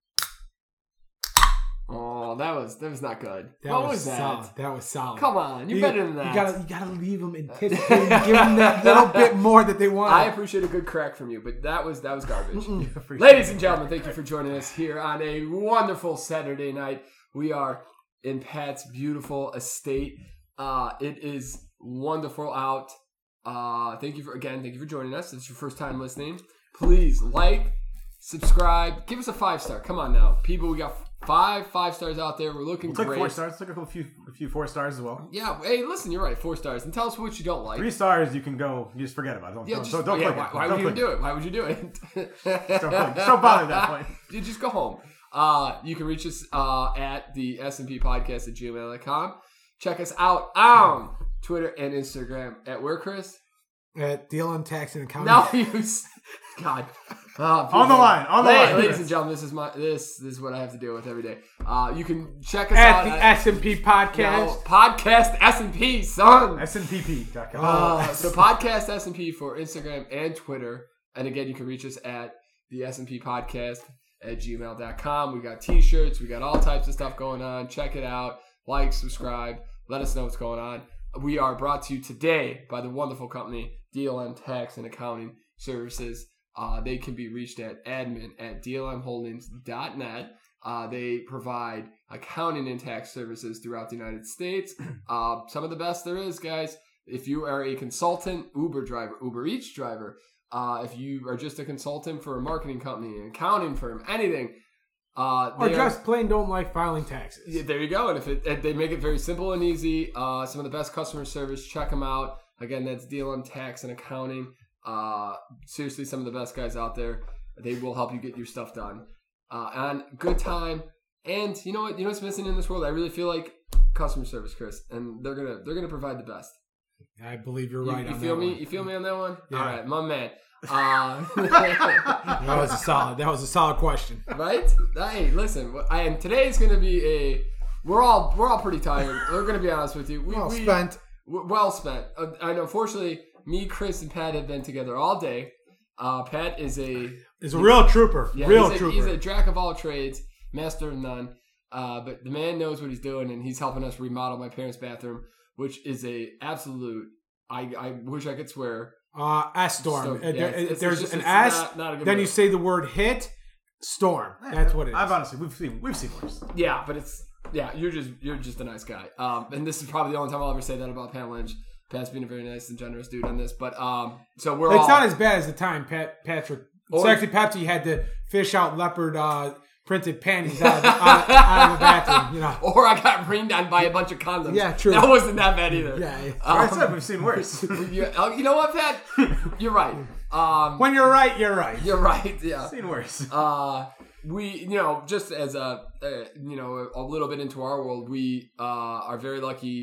No, Oh, that was that was not good. That what was, was, that? solid. That was solid. Come on, you're better than that. Uh, You gotta, you gotta leave them anticipating, give them that little bit more that they want. I appreciate a good crack from you, but that was that was garbage. Mm, appreciate Ladies it. and gentlemen, thank you for joining us here on a wonderful Saturday night. We are in Pat's beautiful estate. Uh, it is wonderful out. Uh, thank you for again. Thank you for joining us. If it's your first time listening, please like, subscribe, give us a five star. Come on now, people. We got five five stars out there. We're looking It's like great. four stars. It's like a few, a few four stars as well. Yeah. Hey, listen. You're right. Four stars. And tell us what you don't like. Three stars, you can go. You just forget about it. Don't, Yeah, don't, just, don't, don't yeah, click why, it. why don't would you do click it? Why would you do it? click. Don't bother at that point. You just go home. Uh, you can reach us uh, at the S&P podcast at gmail.com. Check us out on Twitter and Instagram at where, Chris? At deal on tax and accounting. No, you... s- God. Oh, Um, On the line, on the La- line. Ladies and gentlemen, this is my this, this is what I have to deal with every day. Uh, you can check us At out the at S and P no, podcast. podcast S&P, son. SNPP.com. Uh, so podcast S and P for Instagram and Twitter. And again, you can reach us at the S and P podcast at gmail.com. We got t-shirts, we got all types of stuff going on. Check it out. Like, subscribe, let us know what's going on. We are brought to you today by the wonderful company DLM Tax and Accounting Services. Uh, they can be reached at admin at dlmholdings.net. Uh, they provide accounting and tax services throughout the United States. Uh, some of the best there is, guys. If you are a consultant, Uber driver, Uber Eats driver, uh, if you are just a consultant for a marketing company, an accounting firm, anything, uh, Or they are- just plain don't like filing taxes. yeah, there you go. And if it, and they make it very simple and easy, uh, some of the best customer service. Check them out. Again, that's DLM Tax and Accounting. Uh, seriously, some of the best guys out there. They will help you get your stuff done uh, on good time. And you know what? You know what's missing in this world? I really feel like customer service, Chris, and they're gonna they're gonna provide the best. I believe you're You, right. you on feel that me? one. You feel me on that one? Yeah. All right, my man. Uh, That was a solid. That was a solid question. right? Hey, listen, wh- I am today's gonna be a. We're all we're all pretty tired. We're gonna be honest with you. We, Well we- spent. w- well spent. Uh, and unfortunately, me, Chris, and Pat have been together all day. Uh, Pat is a Is a real trooper. yeah, real he's, a, trooper. he's a jack of all trades, master of none. Uh, but the man knows what he's doing, and he's helping us remodel my parents' bathroom, which is a absolute. I, I wish I could swear. uh, S storm. So, Uh, yeah, there- it's- it's there's just- an it's S. not- not a good then you move. say the word hit. Storm. That's what it is. I've honestly, we've seen, we've seen worse. Yeah, but it's yeah. You're just you're just a nice guy. Um, and this is probably the only time I'll ever say that about Pat Lynch. Pat's been a very nice and generous dude on this, but um, so we're It's all not as bad as the time Pat Patrick Or- Sexy Pepsi had to fish out leopard uh, printed panties out of, out, of- out of the bathroom. You know, or I got rained on by a bunch of condoms. Yeah, true. That wasn't that bad either. Um, yeah. I said we've seen worse. You, oh, you know what, Pat? You're right. Um, When you're right, you're right. you're right. Yeah. seen worse. uh we you know just as a, uh you know a little bit into our world we uh are very lucky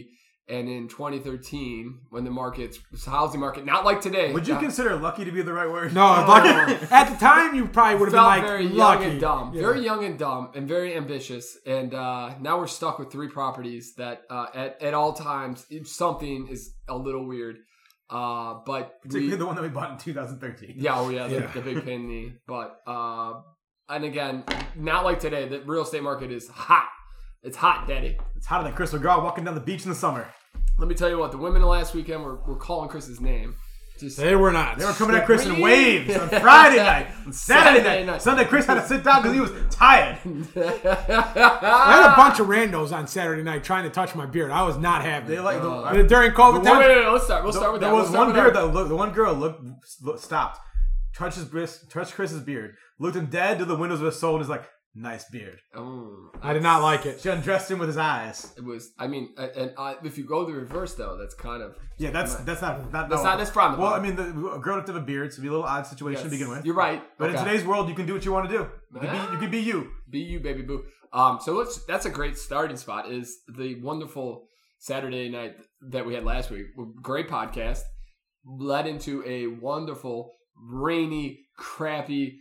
and in 2013 when the markets the housing market not like today Would you not- consider lucky to be the right word? No, lucky, at the time you probably would have been felt like very lucky. young and dumb Yeah. very young and dumb and very ambitious and uh now we're stuck with three properties that uh at, at all times if something is a little weird uh but we, Particularly the one that we bought in 2013. Yeah, oh yeah, the, Yeah. the big pain in the butt. Uh, and again, not like today. The real estate market is hot. It's hot, daddy. It's hotter than Chris McGraw walking down the beach in the summer. Let me tell you what. The women last weekend were, were calling Chris's name. Just They were not. They were coming at Chris in Really? waves on Friday night, on Saturday, Saturday night. night. Sunday, Chris had to sit down because he was tired. I had a bunch of randos on Saturday night trying to touch my beard. I was not happy. They like the, During COVID wait, time, wait, wait, let's start. We'll start with there that. was We'll start one with beard our- that looked, the one girl looked, looked stopped, touched his wrist, touched Chris's beard, looked him dead to the windows of his soul, and is like, "Nice beard." Mm, I did not like it. She undressed him with his eyes. it was. I mean, uh, and uh, if you go the reverse though, that's kind of Yeah, that's that's not that, That's no. not- that's frowned Well, I upon. mean, the, a grown up to have a beard, so it'd be a little odd situation to begin with. You're right. But in Okay. today's world, you can do what you want to do. You can be you. Can be you. Be you, baby boo. Um, so let's. That's a great starting spot. Is the wonderful Saturday night that we had last week. Great podcast led into a wonderful rainy, crappy,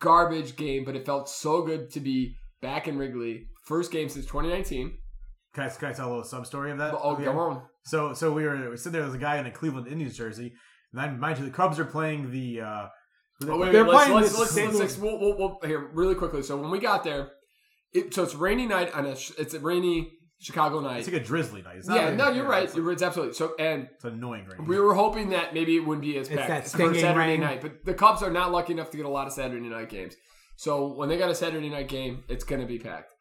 garbage game, but it felt so good to be back in Wrigley. First game since 2019. Can I, can I tell a little sub story of that? Oh, Okay. come on. So so we were, we sitting there. There's a guy in a Cleveland Indians jersey, and then mind you, the Cubs are playing the. Uh, Oh, wait, wait, They're let's, playing let's, this let's, let's, little- let's- we'll, we'll, we'll- here really quickly. So when we got there, It, so it's rainy night on a. sh- It's a rainy Chicago night. It's like a drizzly night. It's not yeah, like- no, you're right. It's, You're, it's absolutely so. And it's annoying right we were hoping that maybe it wouldn't be as It's packed that for stinging Saturday rain. night, but the Cubs are not lucky enough to get a lot of Saturday night games. So when they got a Saturday night game, it's going to be packed.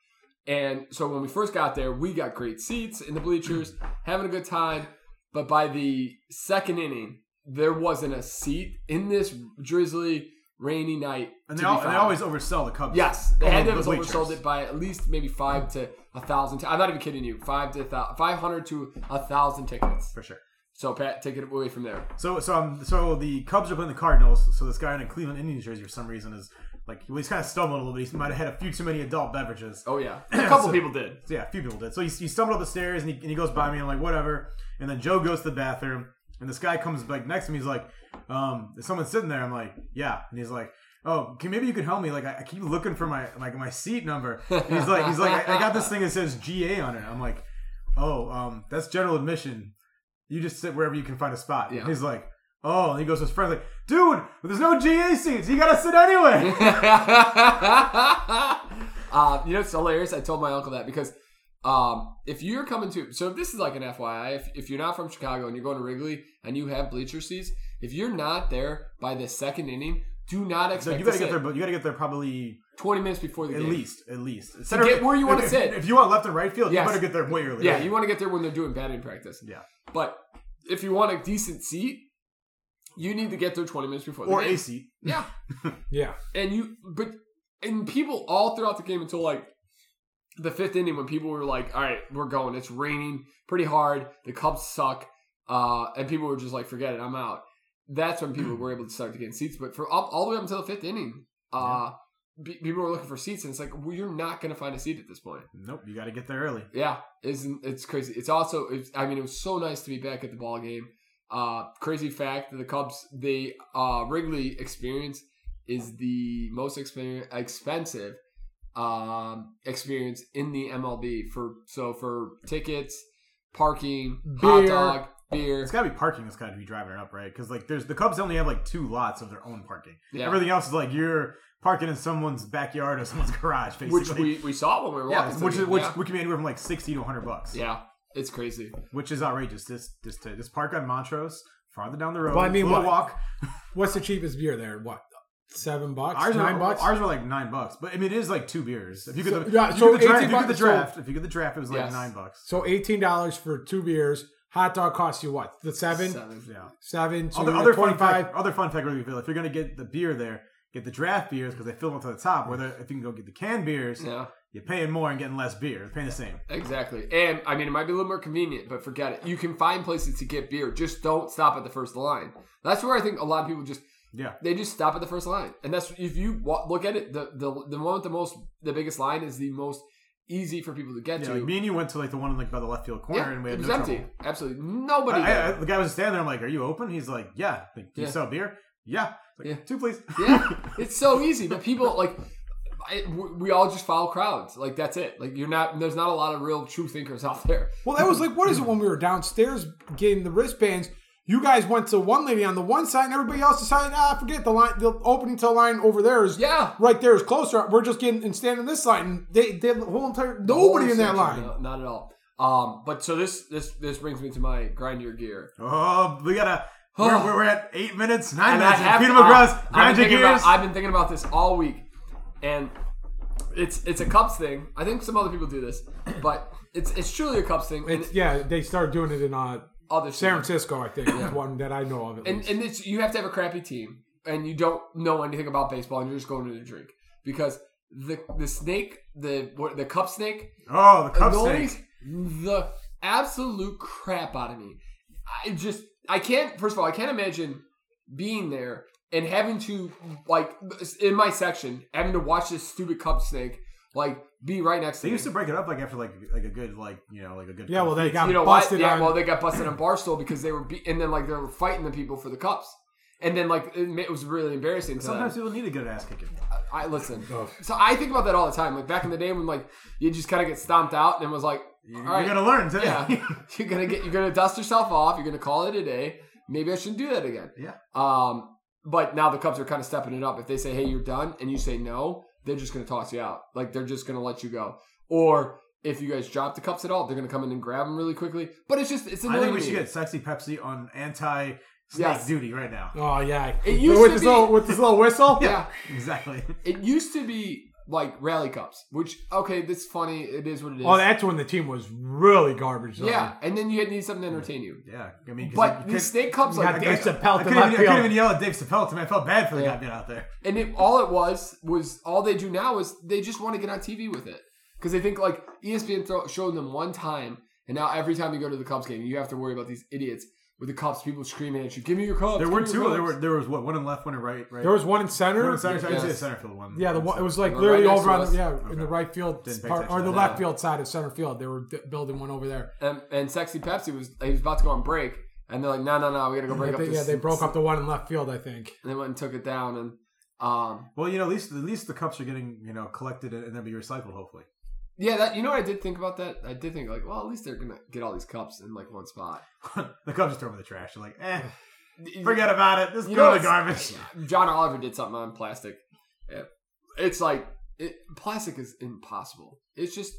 And so when we first got there, we got great seats in the bleachers, having a good time. But by the second inning, there wasn't a seat in this drizzly, rainy night. And to they, be al- and they found. always oversell the Cubs. Yes, they had Over to have the oversold bleachers. it by at least maybe five to a thousand. T- I'm not even kidding you. Five to thou- five hundred to a thousand tickets. for sure. So Pat, take it away from there. So so um so the Cubs are playing the Cardinals. So this guy in a Cleveland Indians jersey for some reason is like well, he's kind of stumbled a little bit. He might have had a few too many adult beverages. Oh yeah, a couple people did. So yeah, a few people did. So he, he stumbled up the stairs and he, and he goes by me and I'm like, whatever. And then Joe goes to the bathroom and this guy comes like next to me. He's like, um, is someone sitting there? I'm like, yeah. And he's like, oh, can, maybe you can help me. Like I, I keep looking for my like my seat number. And he's like, he's like, I, I got this thing that says GA on it. I'm like, oh, um, that's general admission. You just sit wherever you can find a spot. Yeah. He's like, oh, and he goes to his friend like, dude, there's no GA seats. You gotta sit anyway. uh, you know, it's hilarious. I told my uncle that because um, if you're coming to, so if this is like an FYI, if, if you're not from Chicago and you're going to Wrigley and you have bleacher seats, if you're not there by the second inning, do not So expect you to gotta get sit there. but You gotta get there probably 20 minutes before the At game. least, at least. To get where you wanna if, sit. If you want left and right field, Yes. you better get there way earlier. Yeah, you want to get there when they're doing batting practice. Yeah. But if you want a decent seat, you need to get there 20 minutes before the or game. a seat. Yeah. Yeah. and you but and people all throughout the game until like the fifth inning when people were like all right we're going it's raining pretty hard the cubs suck uh and people were just like forget it i'm out that's when people were able to start to get seats but for up all the way up until the fifth inning uh pe- people were looking for seats and it's like well you're not gonna find a seat at this point Nope, you got to get there early. yeah, isn't it's crazy? It's also, it's, I mean, it was so nice to be back at the ball game. Uh, crazy fact: the Cubs, the uh, Wrigley experience is the most expen- expensive um, experience in the MLB for so for tickets, parking, hot Beer. dog, beer. It's got to be parking that's got to be driving it up, right? Because like, there's the Cubs only have like two lots of their own parking. Yeah. Everything else is like you're parking in someone's backyard or someone's garage, basically. Which we, we saw when we were yeah, walking. to which the is game. which we can be anywhere from like sixty to hundred bucks. yeah, yeah, it's crazy. which is outrageous. This this to this park on Montrose, farther down the road. Well, I mean, little what? walk. What's the cheapest beer there? What? Seven bucks? Ours nine were, bucks? Ours were like nine bucks, but I mean, it is like two beers. If you get So- the, yeah, if you so get the draft, 18 if you get the bucks- so- draft, if you get the draft, it was like Yes. nine bucks. so eighteen dollars for two beers. Hot dog costs you what? The seven? Seven, Seven. Yeah. so Other, you're other at fun 25. fact, other fun fact, Wrigley Field. If you're gonna get the beer there, get the draft beers because they fill them to the top. Whether if you can go get the canned beers, Yeah, you're paying more and getting less beer. You're paying the same. exactly. And I mean, it might be a little more convenient, but forget it. You can find places to get beer. Just don't stop at the first line. That's where I think a lot of people just Yeah, they just stop at the first line, and that's if you wa- look at it, the the the one with the most the biggest line is the most easy for people to get yeah. to. Like me and you went to like the one like by the left field corner, yeah, and we it had was no empty. trouble. Absolutely nobody. I- I- there. the guy was just standing there. I'm like, "Are you open?" He's like, "Yeah." Like, do Yeah. you sell beer? Yeah. Like, Yeah. Two, please. yeah, it's so easy, but people like I, we we all just follow crowds. Like that's it. Like you're not. There's not a lot of real true thinkers out there. Well, that was like, what is it when we were downstairs getting the wristbands? You guys went to one lady on the one side, and everybody else decided, ah, forget the line. The opening to the line over there is Yeah. right there is closer. We're just getting and standing this line. And they, they the whole entire nobody in that line. Oh, No, not at all. Um, but so this this this brings me to my grind your gear. Oh, we gotta. We're, we're, we're at eight minutes, nine And I minutes. have Peter to- McGrath, I've grind been your thinking about- gears. I've been thinking about this all week, and it's it's a Cubs thing. I think some other people do this, but it's it's truly a Cubs thing. And It's yeah, they started doing it in uh, other San Francisco, I think, is one that I know of. At and least. and it's, you have to have a crappy team, and you don't know anything about baseball, and you're just going to the drink because the the snake, the what, the cup snake, oh, the cup annoys steak. the absolute crap out of me. I just I can't. First of all, I can't imagine being there and having to like in my section having to watch this stupid cup snake like be right next to They me. used to break it up like after like like a good like you know like a good yeah, well, they got you know why? busted Yeah, on. well, they got busted on Barstool because they were be- and then like they were fighting the people for the cups. And then, like, it ma- it was really embarrassing. To them. Sometimes people need a good ass kicking. I listen. Oh. So I think about that all the time. Like back in the day when like you just kind of get stomped out and was like, You're, all you're right, gonna learn today. yeah, you're gonna get you're gonna dust yourself off. You're gonna call it a day. Maybe I shouldn't do that again. Yeah. Um, but now the Cubs are kind of stepping it up. If they say, hey, you're done, and you say no, they're just going to toss you out. Like they're just going to let you go. Or if you guys drop the cups at all, they're going to come in and grab them really quickly. But it's just it's I annoying. think we to should me. get sexy Pepsi on anti snake Yes. duty right now. Oh yeah, It used with to this be- little with this little whistle. yeah. Exactly. It used to be like rally cups, which okay, that's funny. It is what it is. Oh, that's when the team was really garbage. Though. yeah, and then you had need something to entertain you. Yeah, I mean, 'cause But you these could- snake cups, You like got Dave I Chappelle to couldn't, even, left I couldn't even field. yell at Dave Chappelle to me. I felt bad for the Yeah. guy being out there. and it, all it was was all they do now is they just want to get on TV with it because they think like E ESPN throw, showed them one time, and now every time you go to the Cubs game, you have to worry about these idiots with the Cubs, people screaming at you, "Give me your Cubs!" There give were me your two. There Cubs." were there was what one in left, one in right, right. There was one in center. one in center. I didn't see Yes. the center field one. Yeah, the one, it was like Right literally next over to on us. the, yeah in Okay. the right field Didn't pay part, or attention the to left that. field side of center field. They were d- building one over there. and, and sexy Pepsi was he was about to go on break, and they're like, "No, no, no, we gotta go break up." But they- this yeah, they broke up the one in left field. I think. And they went and took it down, and um, Well, you know, at least at least the cups are getting you know collected and and then be recycled. Hopefully, Yeah, that you know what I did think about that. I did think like, well, at least they're gonna get all these cups in like one spot. the cups just throw them in the trash. They're like, eh, forget about it. This You go know to the garbage. John Oliver did something on plastic. Yeah. It's like it, plastic is impossible. It's just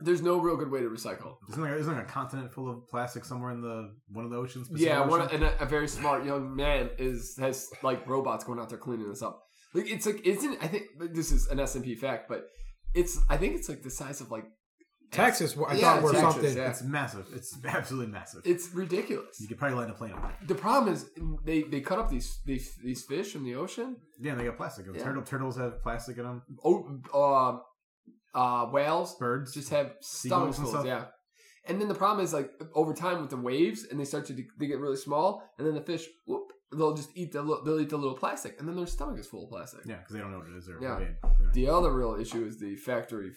there's no real good way to recycle. Isn't there, isn't there a continent full of plastic somewhere in the one of the oceans? Pacific Yeah, one, Ocean? and a, a very smart young man is has like robots going out there cleaning this up. Like it's like isn't I think this is an S and P fact, but it's I think it's like the size of like Texas, I Yeah, thought were Texas, something. yeah. It's massive. It's absolutely massive. it's ridiculous. you could probably land a plane on it. The problem is they they cut up these these, these fish from the ocean. Yeah, and they got plastic. in them. Yeah. Turtle turtles have plastic in them. oh, uh, uh, whales Birds. just have Seagulls stomachs and full, stuff? yeah. And then the problem is like over time with the waves, and they start to de- they get really small, and then the fish, whoop, they'll just eat the li- they'll eat the little plastic, and then their stomach is full of plastic. yeah, because they don't know what it is. They're Yeah. afraid. The other real issue is the factory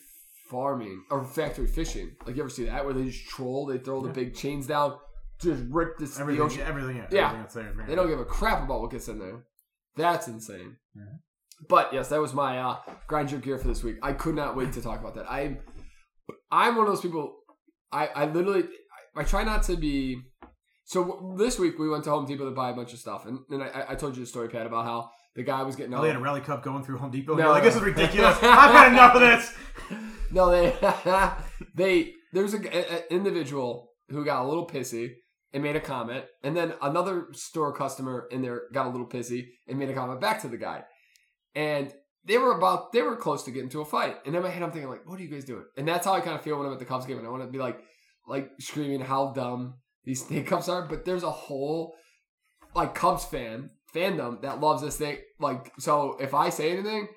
farming or factory fishing. Like you ever see that where they just troll, they throw the big chains down, just rip this the Everything, ocean. everything, yeah, Yeah. everything that's there. They don't give a crap about what gets in there. That's insane. Mhm. But yes, that was my uh, grind your gear for this week. I could not wait to talk about that. I'm I'm one of those people. I I literally I, I try not to be. So w- this week we went to Home Depot to buy a bunch of stuff, and and I- I, I told you the story, Pat, about how the guy was getting Now all Oh, they had a rally cup going through Home Depot. No, No, like no. this is ridiculous. I've had enough of this. No, they they there was a, a- a individual who got a little pissy and made a comment, and then another store customer in there got a little pissy and made a comment back to the guy, and they were about they were close to getting to a fight. And in my head, I'm thinking like, what are you guys doing? And that's how I kind of feel when I'm at the Cubs game, and I want to be like like screaming how dumb these snake cups are. But there's a whole like Cubs fan fandom that loves this thing. Like, so if I say anything,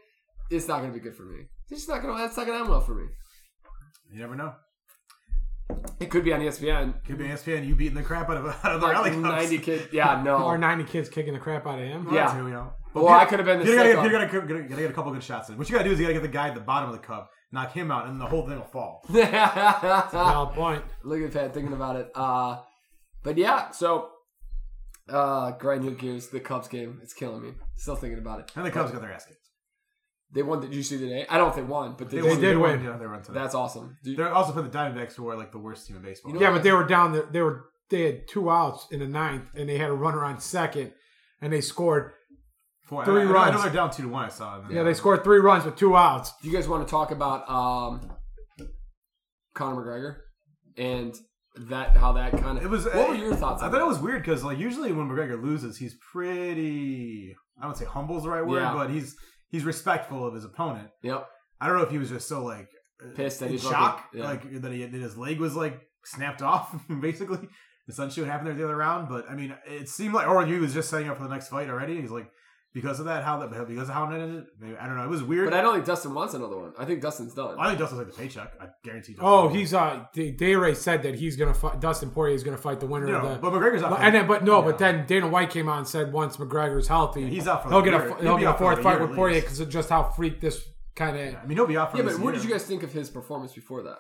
it's not gonna be good for me. It's just not gonna. That's not gonna end well for me. You never know. It could be on E ESPN. Could be E ESPN. You beating the crap out of, out of the rally Like cups. ninety kid. Yeah, no. Our ninety kids kicking the crap out of him. Well, that's yeah. who, you know. But Well, I could have been the You're gonna, sick get, one. you're, gonna, you're gonna get a couple good shots in. What you gotta do is you gotta get the guy at the bottom of the cup, knock him out, and the whole thing will fall. Valid point. Look at Pat thinking about it. Uh, but yeah, so uh, grind your gears. The Cubs game. It's killing me. Still thinking about it. And the Cubs got their ass kicked. They won. Did you see today? I don't know if they won, but they, They won. did won. win. Yeah, they won today. That's awesome. Dude, They're also playing the Diamondbacks, who are like the worst team in baseball. You know Yeah, but they were down. The, they were they had two outs in the ninth, and they had a runner on second, and they scored. Four, Three I, I, know runs. they're down two to one. I saw. in the- Yeah, they scored three runs with two outs. do you guys want to talk about um, Conor McGregor and that how that kind of It was. What were your thoughts? I on thought that? it was weird because like usually when McGregor loses, he's pretty. I don't say humble's the right word, Yeah. but he's he's respectful of his opponent. Yep. I don't know if he was just so like Pissed that in he broke shock, it, yeah. like that, he, that his leg was like snapped off, basically. Essentially, what happened there the other round. But I mean, it seemed like, or he was just setting up for the next fight already. He's like, because of that, how that, because of how it ended. Maybe, I don't know. It was weird. But I don't think Dustin wants another one. I think Dustin's done. I think Dustin's like the paycheck. I guarantee. Dustin Oh, will. he's uh, D- Day Ray said that he's gonna fight Dustin Poirier is gonna fight the winner You know, of the. but McGregor's out. for- and then, but no, you know. but then Dana White came out and said once McGregor's healthy, he's out for he'll like a get a year. f- He'll he'll be get a out for fourth like a fight year with at Poirier least. because of just how freak this kind of. I mean, he'll be out for. yeah, at but least a what year. did you guys think of his performance before that?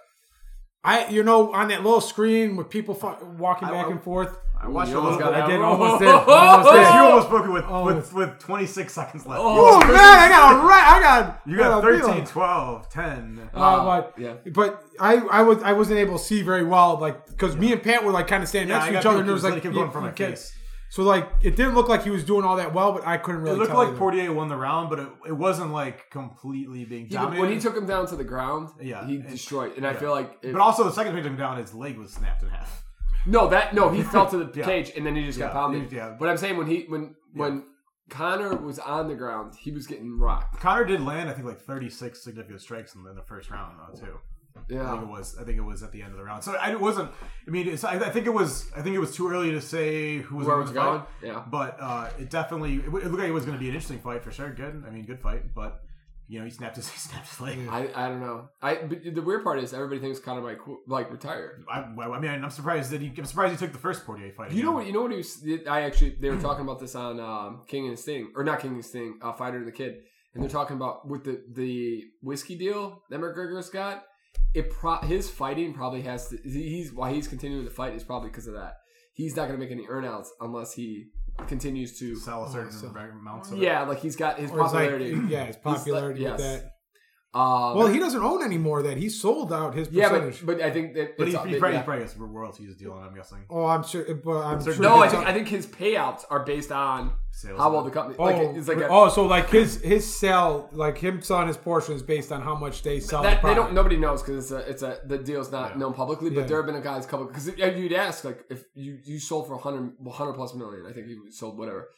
I you know on that little screen with people fu- walking I- back I- and forth. I watched You a little almost bit. got I out. of- did Oh. almost did. Almost Chris, did. you almost broke it with, Oh. with with 26 seconds left. Oh. Oh man, I got a right. I got You got Oh, I a 13, feeling. 12, 10. Uh, Uh, but yeah. but I I was I wasn't able to see very well like because me and Pat were like kind of standing Yeah, next I to got each other and people there was keep- like keep going for my okay. face. So like it didn't look like he was doing all that well, but I couldn't really. it looked tell like either. Portier won the round, but it, it wasn't like completely being He- when he dominated. took him down to the ground, Yeah, he and- destroyed. And I yeah. feel like if, but also the second time he took him down, his leg was snapped in half. no, that no, he fell to the Yeah. cage and then he just got Yeah, pounded. he- yeah. But I'm saying when he when when Connor was on the ground, he was getting rocked. Connor did land, I think, like 36 significant strikes in the, in the first round, though, too. I think Yeah, it was. I think it was at the end of the round. So I, it wasn't. I mean, it's, I, I think it was. I think it was too early to say who was where gonna was it win the going? fight. Yeah, But uh, it definitely it, w- it looked like it was going to be an interesting fight for sure. Good. I mean, good fight. But you know, he snapped his he snapped his leg. I, I don't know. I but the weird part is everybody thinks Connor might qu- like retire. I, well, I mean, I'm surprised that he. I'm surprised he took the first Portier fight. You know again. what? You know what? He was, I actually they were talking about this on um, King and Sting, or not King and Sting, uh, Fighter and the Kid, and they're talking about with the the whiskey deal that McGregor's got. It pro- his fighting probably has to. He's why he's continuing to fight is probably because of that. He's not going to make any earnouts unless he continues to. sell a Oh, certain so- amount of it. Yeah, like he's got his Or it's like- popularity. yeah, his popularity He's like- with yes. that. um, Well, he doesn't own any more of that. He sold out his yeah, percentage. but but I think that But he, it's- he, yeah. probably, he probably gets royalties deal on. it, I'm guessing. oh, I'm sure. But I'm Certain- sure no, I it's think not- I think his payouts are based on Sales how of well it. the company. Oh, like it's like a, oh, so like his his sell, like him selling his portion is based on how much they sell. that the they product. don't. Nobody knows because it's a, it's a the deal's not Yeah. known publicly. But Yeah. there have been a guys couple because you'd ask like if you you sold for 100, 100 plus million. I think you sold whatever.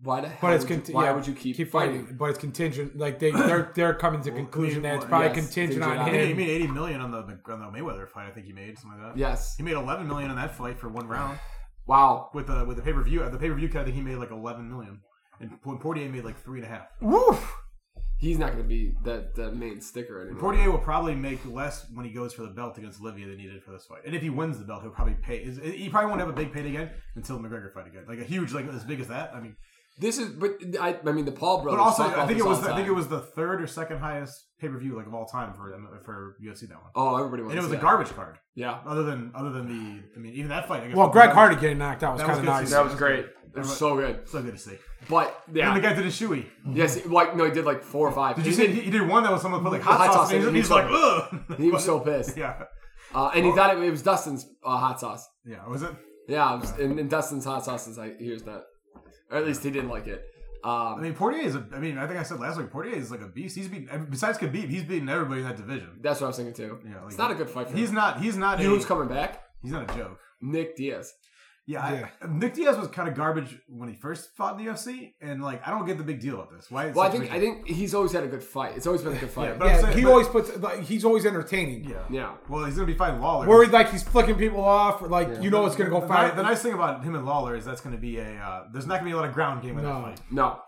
Why the hell? But it's would you, conti- why yeah, would you keep, keep fighting? fighting, but it's contingent. Like they they're they're coming to Well, I conclusion mean, that it's well, probably yes, contingent contingent on on I mean, he him. made 80 million on the on the Mayweather fight. I think he made something like that. Yes. He made 11 million on that fight for one round Wow. with the with the pay per view. At the pay per view cut, I think he made like 11 million, and P- Portier made like three and a half. Woof. He's not going to be the the main sticker anymore. Portier will probably make less when he goes for the belt against Livia than he did for this fight. And if he wins the belt, he'll probably pay. Is, he probably won't have a big pay again until the McGregor fight again, like a huge, like as big as that. I mean, This is but I I mean the Paul but brothers. also fuck I off think this it all was the the, I think time. it was the third or second highest pay per view like of all time for for UFC that one. Oh, everybody wants. And it was to a see garbage card. that. Yeah. Other than other than the, I mean, even that fight. I guess, Well, Greg Hardy getting knocked out was That was kind of good to nice. see. That was great. It was so good. So good to see. But And the yeah. guy did a shoey. Yes. Like no, he did like four or five. Did you He see? He, he did one that was someone put like hot, Hot sauce. sauce in it, in and it, he's he like, was ugh. He was so pissed, Yeah, uh, and he thought it, it was Dustin's uh, hot sauce. yeah. Was it? Yeah, it was- and, and Dustin's hot sauce is like here's that, or at least he didn't like it. I Um, mean, Portier is. A, I mean, I think I said last week. Portier is like a beast. He's beat besides Khabib. He's beaten everybody in that division. that's what I was thinking too. Yeah, like- it's not a good fight for He's him. not. He's not. You A, know who's coming back? he's not a joke. Nick Diaz. Yeah, I- Yeah. Nick Diaz was kind of garbage when he first fought in the UFC, and like I don't get the big deal of this. Why? it's Well, I such a think big- I think he's always had a good fight. It's always been a good fight. but- Yeah, Yeah, I'm saying, he but- always puts like he's always entertaining. yeah. Yeah. Well, he's gonna be fighting Lawler. Worried like he's flicking people off, or, like you know it's gonna go the, fine. ni- the nice thing about him and Lawler is that's gonna be a. Uh, there's not gonna be a lot of ground game in No. that fight. no,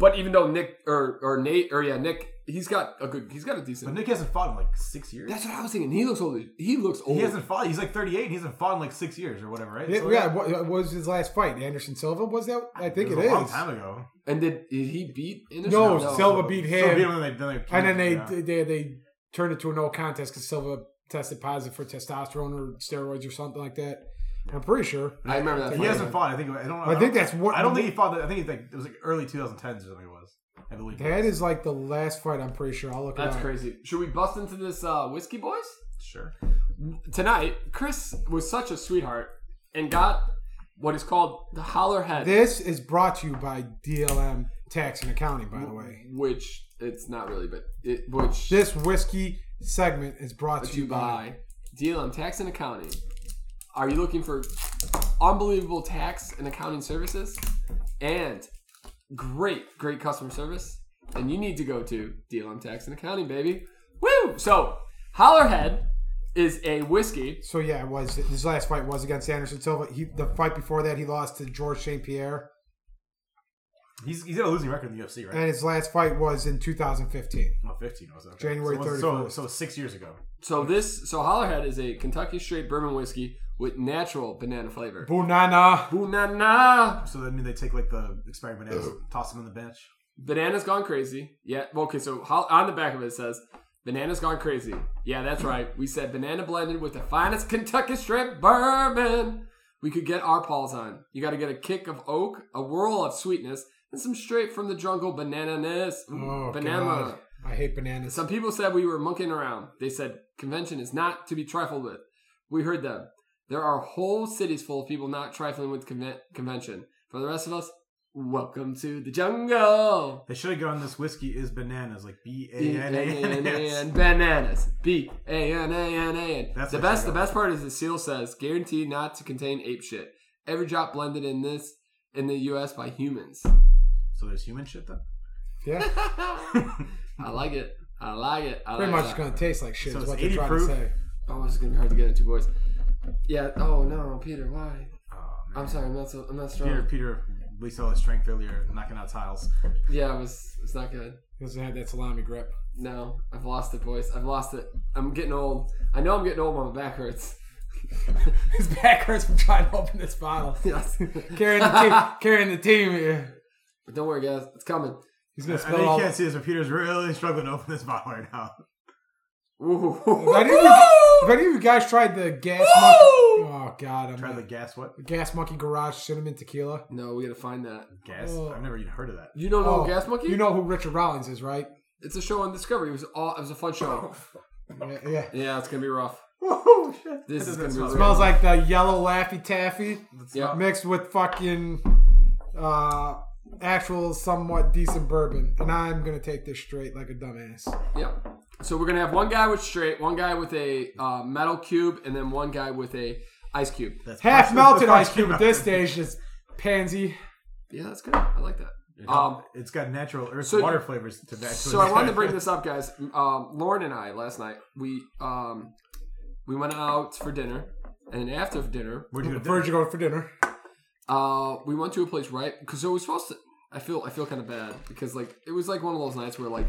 but even though Nick or or Nate or yeah Nick, he's got a good, he's got a But decent. Nick hasn't fought in like six years. That's what I was thinking. He looks old. He looks old. He hasn't fought. He's like 38. and He hasn't fought in like six years or whatever, right? Yeah, So, yeah, what, what was his last fight? Anderson Silva was that? I think it it was is. a long time ago. and did, did he beat? Anderson? No, Oh, Silva beat So him, beat him, then they, then they and then they, yeah. they they turned it to a no contest because Silva tested positive for testosterone or steroids or something like that. I'm pretty sure. I remember that. He fight. hasn't fought. I think. I don't. I think that's what I don't think he fought. that- I think he's like it was like early 2010s or something. It was. I believe. that is like the last fight. I'm pretty sure. I'll look. That's it up. crazy. Should we bust into this uh, whiskey boys? Sure. tonight, Chris was such a sweetheart and got what is called the holler head, This is brought to you by DLM Tax and Accounting. By the way, which it's not really, but it, which this whiskey segment is brought brought to you by. DLM Tax and Accounting. Are you looking for unbelievable tax and accounting services and great, great customer service? Then you need to go to DLM Tax and Accounting, baby. Woo! So, Hollerhead is a whiskey. So yeah, it was his last fight was against Anderson Silva. He the fight before that he lost to George St. Pierre, He's he's got a losing record in the UFC, right? and his last fight was in 2015. Well, 15 was okay. January so, it was- So, 31st. so it was six years ago. So this, so Hollerhead is a Kentucky straight bourbon whiskey with natural banana flavor. Bunana. Banana. So that mean they take like the expiring bananas, toss them on the bench. Banana's gone crazy. Yeah. well, Okay. So ho- on the back of it, it says, "Banana's gone crazy." Yeah, that's Hmm. right. We said banana blended with the finest Kentucky strip bourbon. We could get our paws on. You got to get a kick of oak, a whirl of sweetness, and some straight from the jungle banana-ness. Ooh, Oh, banana. God. I hate bananas. Some people said we were monkeying around. They said convention is not to be trifled with. We heard them. There are whole cities full of people not trifling with conven- convention. For the rest of us, welcome to the jungle. They should have gone. This whiskey is bananas, like B A N A N S. B-A-N-A-N, Bananas. B A N A N A N. That's The what best. you The got. best part is the seal says guaranteed not to contain ape shit. Every drop blended in this in the U.S. by humans. So there's human shit then. Yeah. I like it. I like it. I Pretty like much that. going to taste like shit So is it's what they're 80 trying proof? to say. Oh, this is gonna be hard to get into, boys. Yeah. Oh no, Peter. Why? Oh, Uh, man. I'm sorry. I'm not. So, I'm not strong. Peter, Peter, we saw his strength earlier, knocking out tiles. Yeah, it was. It's not good. He doesn't have that salami grip. No, I've lost it, boys. I've lost it. I'm getting old. I know I'm getting old. but My back hurts. His back hurts from trying to open this bottle. yes. Carrying the team, carrying the team here. But don't worry, guys. It's coming. He's I gonna know spill you all. can't see this, but Peter's really struggling to open this bottle right now. Ooh. If any, of you, if any of you guys tried the gas monkey, oh god, I'm Try the not- gas. What gas monkey garage cinnamon tequila. No, we gotta find that. gas? Oh. I've never even heard of that. You don't know Oh, Gas Monkey? You know who Richard Rollins is, right? it's a show on Discovery. It was all. It was a fun show. Oh. Yeah, yeah. yeah, it's gonna be rough. Whoa, Oh, shit! This That is doesn't gonna be smell Smells like the yellow Laffy Taffy good. Yeah. mixed with fucking uh, actual somewhat decent bourbon, and I'm gonna take this straight like a dumbass. Yep. So we're gonna have one guy with straight, one guy with a uh, metal cube, and then one guy with a ice cube. That's Half partially- melted that's ice cube at partially this stage just pansy. Yeah, that's good. I like that. melted. Um, it's got natural earth so- water flavors to that. So I wanted to bring this up, guys. Um, Lauren and I last night we um, we went out for dinner, and after dinner, Where'd you go to Where'd dinner? you go for dinner? uh, we went to a place right because it was supposed to. I feel I feel kind of bad because like it was like one of those nights where like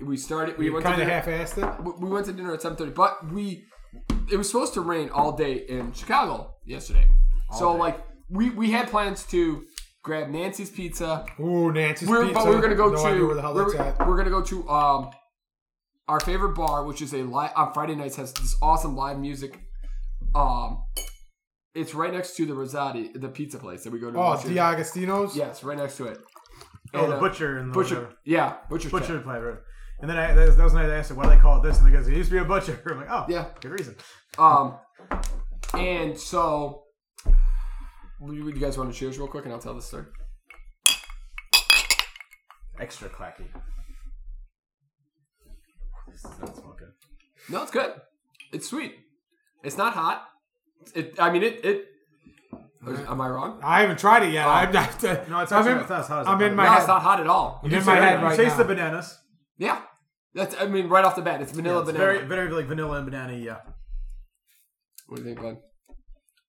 we started we You went to kind of dinner, half-assed it. we went to dinner at seven thirty, but we it was supposed to rain all day in Chicago yesterday. so day. like we we had plans to grab Nancy's Pizza. Ooh, Nancy's We're, pizza. but we're gonna go no to idea where the hell we're, that's at. we're gonna go to um our favorite bar, which is a live on Friday nights has this awesome live music. Um, it's right next to the Rosati, the pizza place that we go to. Oh, Butcher. D'Agostino's. yes, right next to it. Oh, And, the uh, butcher and the butcher, whatever. yeah, butcher, butcher flavor. And then I, that was, that was when I asked, "Why do they call it this?" And the guy said, "It used to be a butcher." I'm like, "Oh, Yeah. good reason." Um, and so, would you would you guys want to cheers real quick, and I'll tell the story. Extra clacky. This does not smell good. No, it's good. It's sweet. It's not hot. It. I mean, it. It. Am I wrong? I haven't tried Oh. it yet. I'm not. No, it's I'm actually in, it's not as hot as I'm I in thought. my no, head. it's not hot at all. I'm in So my you- head you right taste now. the bananas. Yeah. That's. I mean, right off the bat, it's vanilla It's banana. Very, very like vanilla and banana. Yeah, What do you think, bud?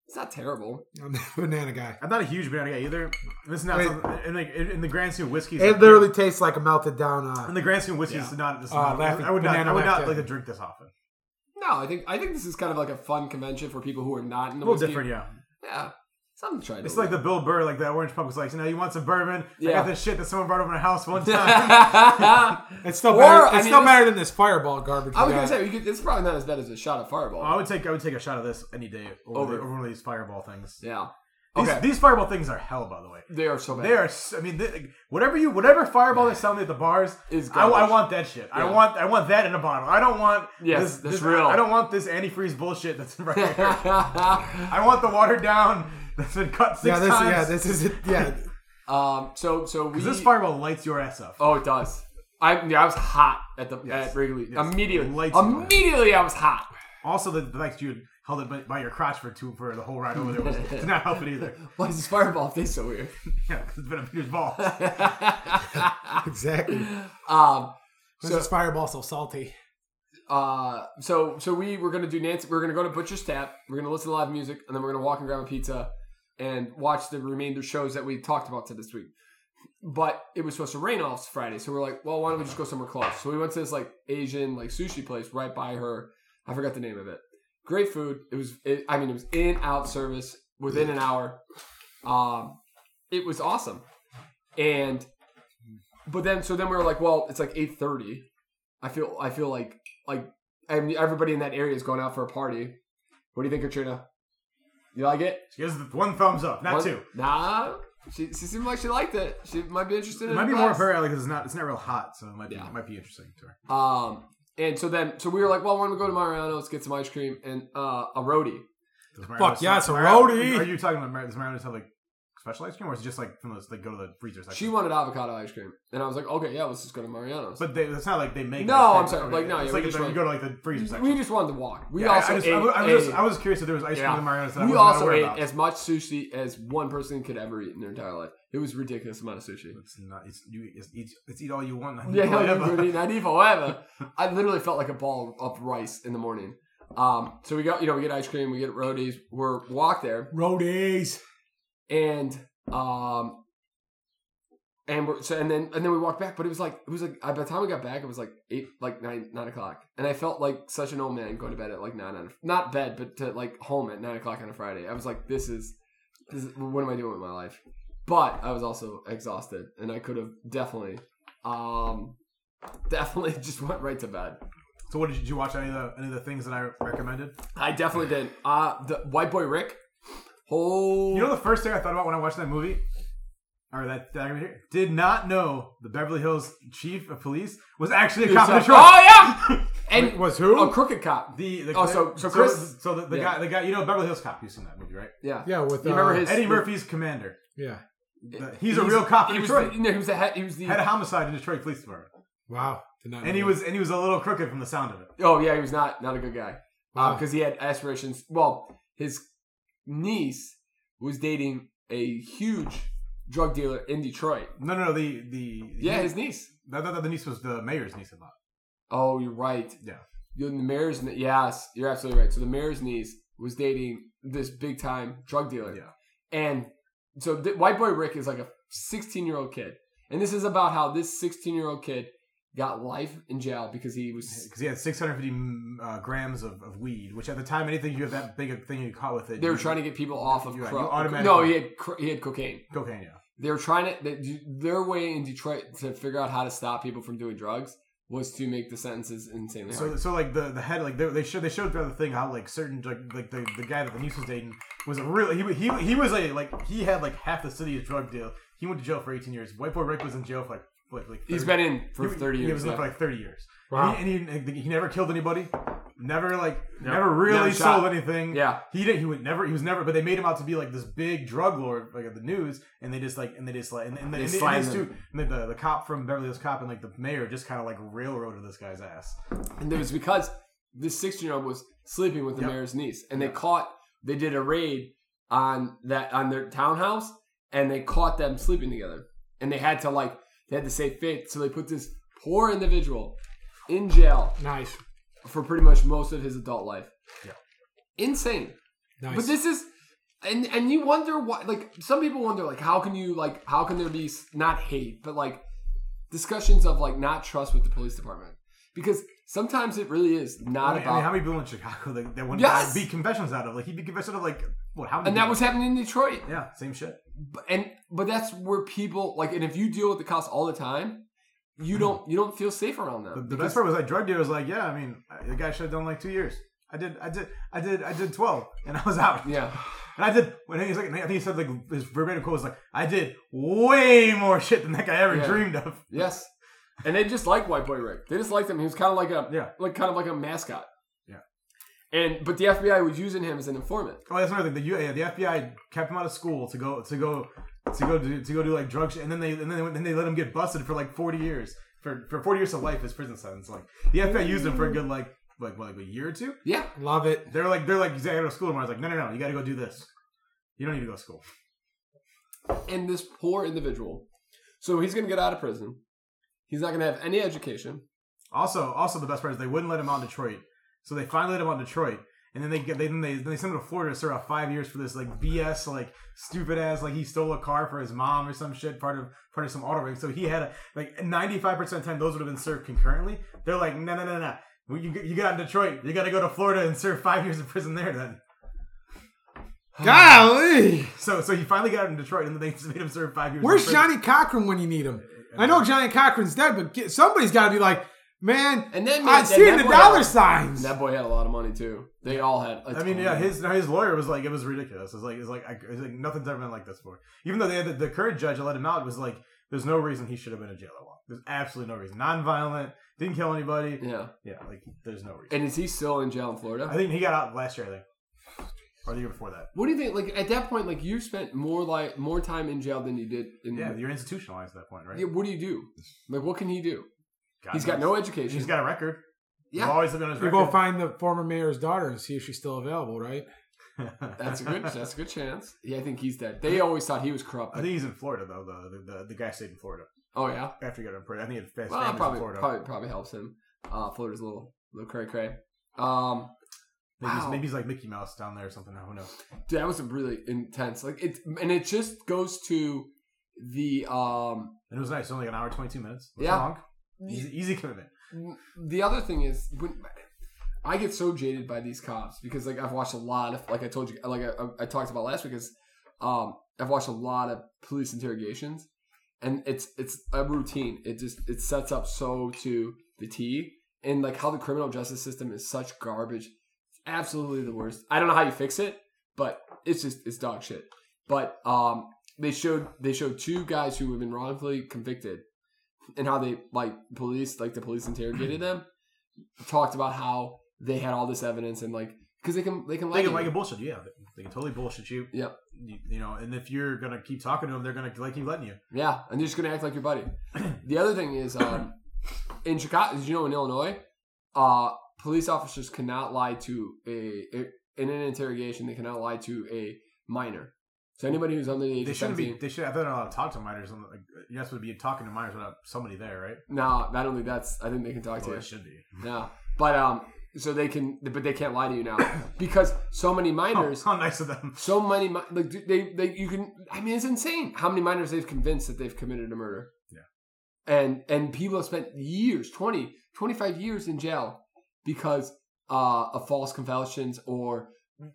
It's not terrible. I'm the banana guy. I'm not a huge banana guy either. This is not Wait. something, and like in in the grand scheme of whiskey. It literally tastes like a melted down. in Uh, the grand scheme of whiskey, this Yeah. is not. This is Uh, not laughing- I would not. banana I would not lactate. like to drink this often. No, I think I think this is kind of like a fun convention for people who are not in the A little whiskey. different, yeah. Yeah. Something to try to It's like the Bill Burr, like that orange pump was like, you know, you want some bourbon? I Yeah. got this shit that someone brought over to my house one time. the it's still Or, I better. It's mean, still this- better than this fireball garbage. I was we gonna got. say you could, it's probably not as bad as a shot of fireball. I would take I would take a shot of this any day over, Over. the- over one of these fireball things. yeah. These, Okay. these fireball things are hell, by the way. they are so bad. They are. s- I mean, they, like, whatever you, whatever fireball they sell me at the bars, Is I, I garbage. want that shit. I Yeah. want, I want that in a bottle. I don't want Yes, this, that's this real. I don't want this antifreeze bullshit that's right here. um, I want the watered down that's been cut six yeah, this, times. yeah, this is it. Yeah, Um, so so we. 'Cause this fireball lights your ass up. oh, it does. I yeah, I was hot at the Yes. at Wrigley Yes. immediately. Lights you up. immediately, I was hot. Also, the, the fact you held it by, by your crotch for two for the whole ride over there was did not help it either. Why does this fireball taste so weird? Yeah, 'cause it's been a Peter's ball. exactly. Um, So, this fireball so salty. Uh, so so we were gonna do Nancy. We're gonna go to Butcher's Tap. We're gonna listen to live music, and then we're gonna walk and grab a pizza and watch the remainder shows that we talked about to this week. But it was supposed to rain all Friday, so we're like, well, why don't we just go somewhere close? So we went to this like Asian like sushi place right by her. I forgot the name of it. Great food. It was. It, I mean, it was in out service within an hour. Um, it was awesome, and but then so then we were like, well, it's like eight thirty. I feel I feel like like I mean, everybody in that area is going out for a party. What do you think, Katrina? You like it? She gives it one thumbs up, not One- two. Nah. She, she seemed like she liked it. She might be interested. It in might a be more class. of her alley because it's not it's not real hot, so it might be Yeah. it might be interesting to her. Um, and so then so we were like, well, why don't we go to Mariano's, get some ice cream and uh, a roadie? Does Mariano's- yeah, it's a Mariano- roadie. Are you talking about Mar- does Mariano's have like special ice cream, or is it just like from those like go to the freezer section? She wanted avocado ice cream, and I was like, okay, yeah, let's just go to Mariano's. but they, it's not like they make. No, ice cream I'm sorry, every like, day. no, it's yeah, like we if just you went- go to like the freezer section. we just wanted to walk. We Yeah, I- also I, just, ate. I, was, I was a- just, I was curious if there was ice cream Yeah. in Mariano's. That I we was not also aware ate about. as much sushi as one person could ever eat in their entire life. It was ridiculous amount of sushi. It's not. It's you. It's eat. It's eat all you want. not Yeah, eat all you you have. could eat that evil ever. I literally felt like a ball of rice in the morning. Um, so we got, you know, we get ice cream, we get roadies, we're walk there, Roadies. and um, and we're so and then and then we walked back, but it was like it was like by the time we got back, it was like eight, like nine, nine o'clock, and I felt like such an old man going to bed at like nine, on a- not bed, but to like home at nine o'clock on a Friday. I was like, this is, this is what am I doing with my life? But I was also exhausted, and I could have definitely, um, definitely just went right to bed. So what did you, did you watch? Any of the any of the things that I recommended? I definitely didn't. Uh, the white boy Rick. Oh, You know the first thing I thought about when I watched that movie, or that documentary, did not know the Beverly Hills chief of police was actually a cop in Detroit. oh yeah, and was who? a crooked cop. the, the Oh, so- so Chris- so the, the yeah. guy the guy you know Beverly Hills cop you've seen that movie right? Yeah. Yeah, with You uh, remember his- Eddie Murphy's commander. Yeah. The- he's, a real cop in He was, Detroit. the, no, he was the head. He Mm-hmm. was the. Had a homicide in Detroit Police Department, Wow. Did not and he know was and he was a little crooked from the sound of it. oh yeah, he was not not a good guy that. Wow. because he had aspirations. Well, his niece was dating a huge drug dealer in Detroit. No, no, no. The the Yeah, he- his niece. I thought that the niece was the mayor's niece in law. Oh, you're right. Yeah. You- the mayor's ni- yes, you're absolutely right. So the mayor's niece was dating this big time drug dealer. Yeah. And so th- white boy Rick is like a 16 year old kid, and this is about how this 16 year old kid got life in jail because he was because he had 650 uh, grams of, of weed, which at the time, anything you have that big a thing you caught with it, they were you- trying to get people off of You're right, cro- you automatically- no, he had cr- he had cocaine. cocaine. Yeah, they were trying to they, their way in Detroit to figure out how to stop people from doing drugs was to make the sentences insanely so hard. so like the the head like they, they showed they showed throughout the thing how like certain like, like the, the guy that the niece was dating was a real he he he was a like he had like half the city as drug deal. He went to jail for 18 years. White boy Rick was in jail for like like, like 30, He's been in for he- thirty He years. was in yeah. for like 30 years. Wow. And, he, and he, he never killed anybody. Never like Yep. never really Never shot. sold anything. Yeah. He didn't. He would never. He was never. But they made him out to be like this big drug lord, like of the news, and they just like and they just like and, and, They and, and, slammed these him. two- and the, the the cop from Beverly Hills Cop and like the mayor just kind of like railroaded this guy's ass. And it was because this sixteen year old was sleeping with the Yep. mayor's niece. And they Yep. caught they did a raid on that on their townhouse and they caught them sleeping together. And they had to like they had to save faith. So they put this poor individual in jail nice. for pretty much most of his adult life. Yeah. Insane. Nice. But this is, and and you wonder why. Like some people wonder, like how can you like how can there be s- not hate, but like discussions of like not trust with the police department because sometimes it really is not I mean, about. I mean, how many people in Chicago that, that went Yes! yes! beat confessions out of? Like he beat confession out of like what? How many? and that was people? happening in Detroit. yeah, same shit. But- And but that's where people like, and if you deal with the cops all the time, you don't you don't feel safe around them. Hmm. The, the because- best part was like drug dealer was like, yeah, I mean, the guy should have done like two years. I did, I did, I did, I did twelve, and I was out. yeah, And I did. When he was like, I think he said like his verbatim quote was like, "I did way more shit than that guy ever Yeah. dreamed of." yes. And they just like White Boy Rick. They just liked him. He was kind of like a Yeah. like kind of like a mascot. Yeah. And but the FBI was using him as an informant. Oh, that's another thing. The, U- yeah, the FBI kept him out of school to go to go to go do, to go do like drug shit, and then they and then they, then they let him get busted for like forty years for for forty years of life as prison sentence. Like the FBI used him for a good like like what, like a year or two. Yeah. Love it. They're like they're like "You gotta go to school tomorrow. I was like, no, no, no, you got to go do this. You don't need to go to school. and this poor individual. So he's going to get out of prison. He's not going to have any education. Also, also the best part is they wouldn't let him out in Detroit, so they finally let him out in Detroit, and then they get they then they then they send him to Florida to serve out five years for this like BS like stupid ass like he stole a car for his mom or some shit part of part of some auto ring. So he had a like ninety five percent of the time those would have been served concurrently. They're like no no no no. Well, You, you got out in Detroit. You got to go to Florida and serve five years in prison there. Then, Golly. so so he finally got out in Detroit, and then they just made him serve five years. in Where's prison. Johnny Cochran when you need him? I know Johnny Cochran's dead, but get, somebody's got to be like, man, And then I've that- seen that the boy dollar had- signs. That boy had a lot of money too. They all had. a I mean, ton yeah, of his his lawyer was like, it was ridiculous. It's like it's like I, it's like nothing's ever been like this before. Even though they had the, the current judge that let him out was like, there's no reason he should have been in jail at all. There's absolutely no reason. Non-violent, didn't kill anybody. money. yeah. Yeah, like there's no reason. And is he still in jail in Florida? I think he got out last year. I think. or the year before that. What do you think? Like at that point, like you spent more like more time in jail than you did in. Yeah, you're institutionalized at that point, right? Mm. Yeah, What do you do? Like what can he do? God He's got knows. no education. He's got a record. Yeah. We've always been on his We record. go find the former mayor's daughter and see if she's still available, right? That's a good. That's a good chance. Yeah, I think he's dead. They always thought he was corrupt. I think he's in Florida though. The the, the, the guy stayed in Florida oh yeah. after he got out of prison. I think he had fast Well, that families probably, in Florida. probably probably helps him. Uh, Florida's a little little cray cray. Um, Maybe, he's, Wow. maybe he's like Mickey Mouse down there or something. Who knows? dude, that was a really intense. Like it, and it just goes to the um And it was nice. Only an hour twenty two minutes. It was Yeah. long. Easy, easy commitment. the other thing is when I get so jaded by these cops because like I've watched a lot of like I told you like I, I talked about last week is um I've watched a lot of police interrogations and it's it's a routine it just it sets up so to the T and like how the criminal justice system is such garbage absolutely the worst I don't know how you fix it but it's just it's dog shit but um they showed they showed two guys who have been wrongfully convicted and how they like police like the police interrogated them talked about how they had all this evidence and like because they can they can They like, can like a bullshit. you, Yeah, they can totally bullshit you. Yep. You, you know, and if you're gonna keep talking to them, they're gonna like keep letting you. yeah and they're just gonna act like your buddy the other thing is um in chicago as you know in illinois uh police officers cannot lie to a in an interrogation they cannot lie to a minor so anybody who's under the age They of shouldn't 17 be. They should. I thought they're not allowed to talk to minors. and, Like, you're not supposed to be talking to minors without somebody there, right? no i don't think that's i think they can talk to Well, you it should be. no but um so they can but they can't lie to you now because so many Oh, minors how nice of them. so many mi- like dude, they they you can I mean it's insane how many minors they've convinced that they've committed a murder. Yeah. And and people have spent years, 20, 25 years in jail because uh, of false confessions or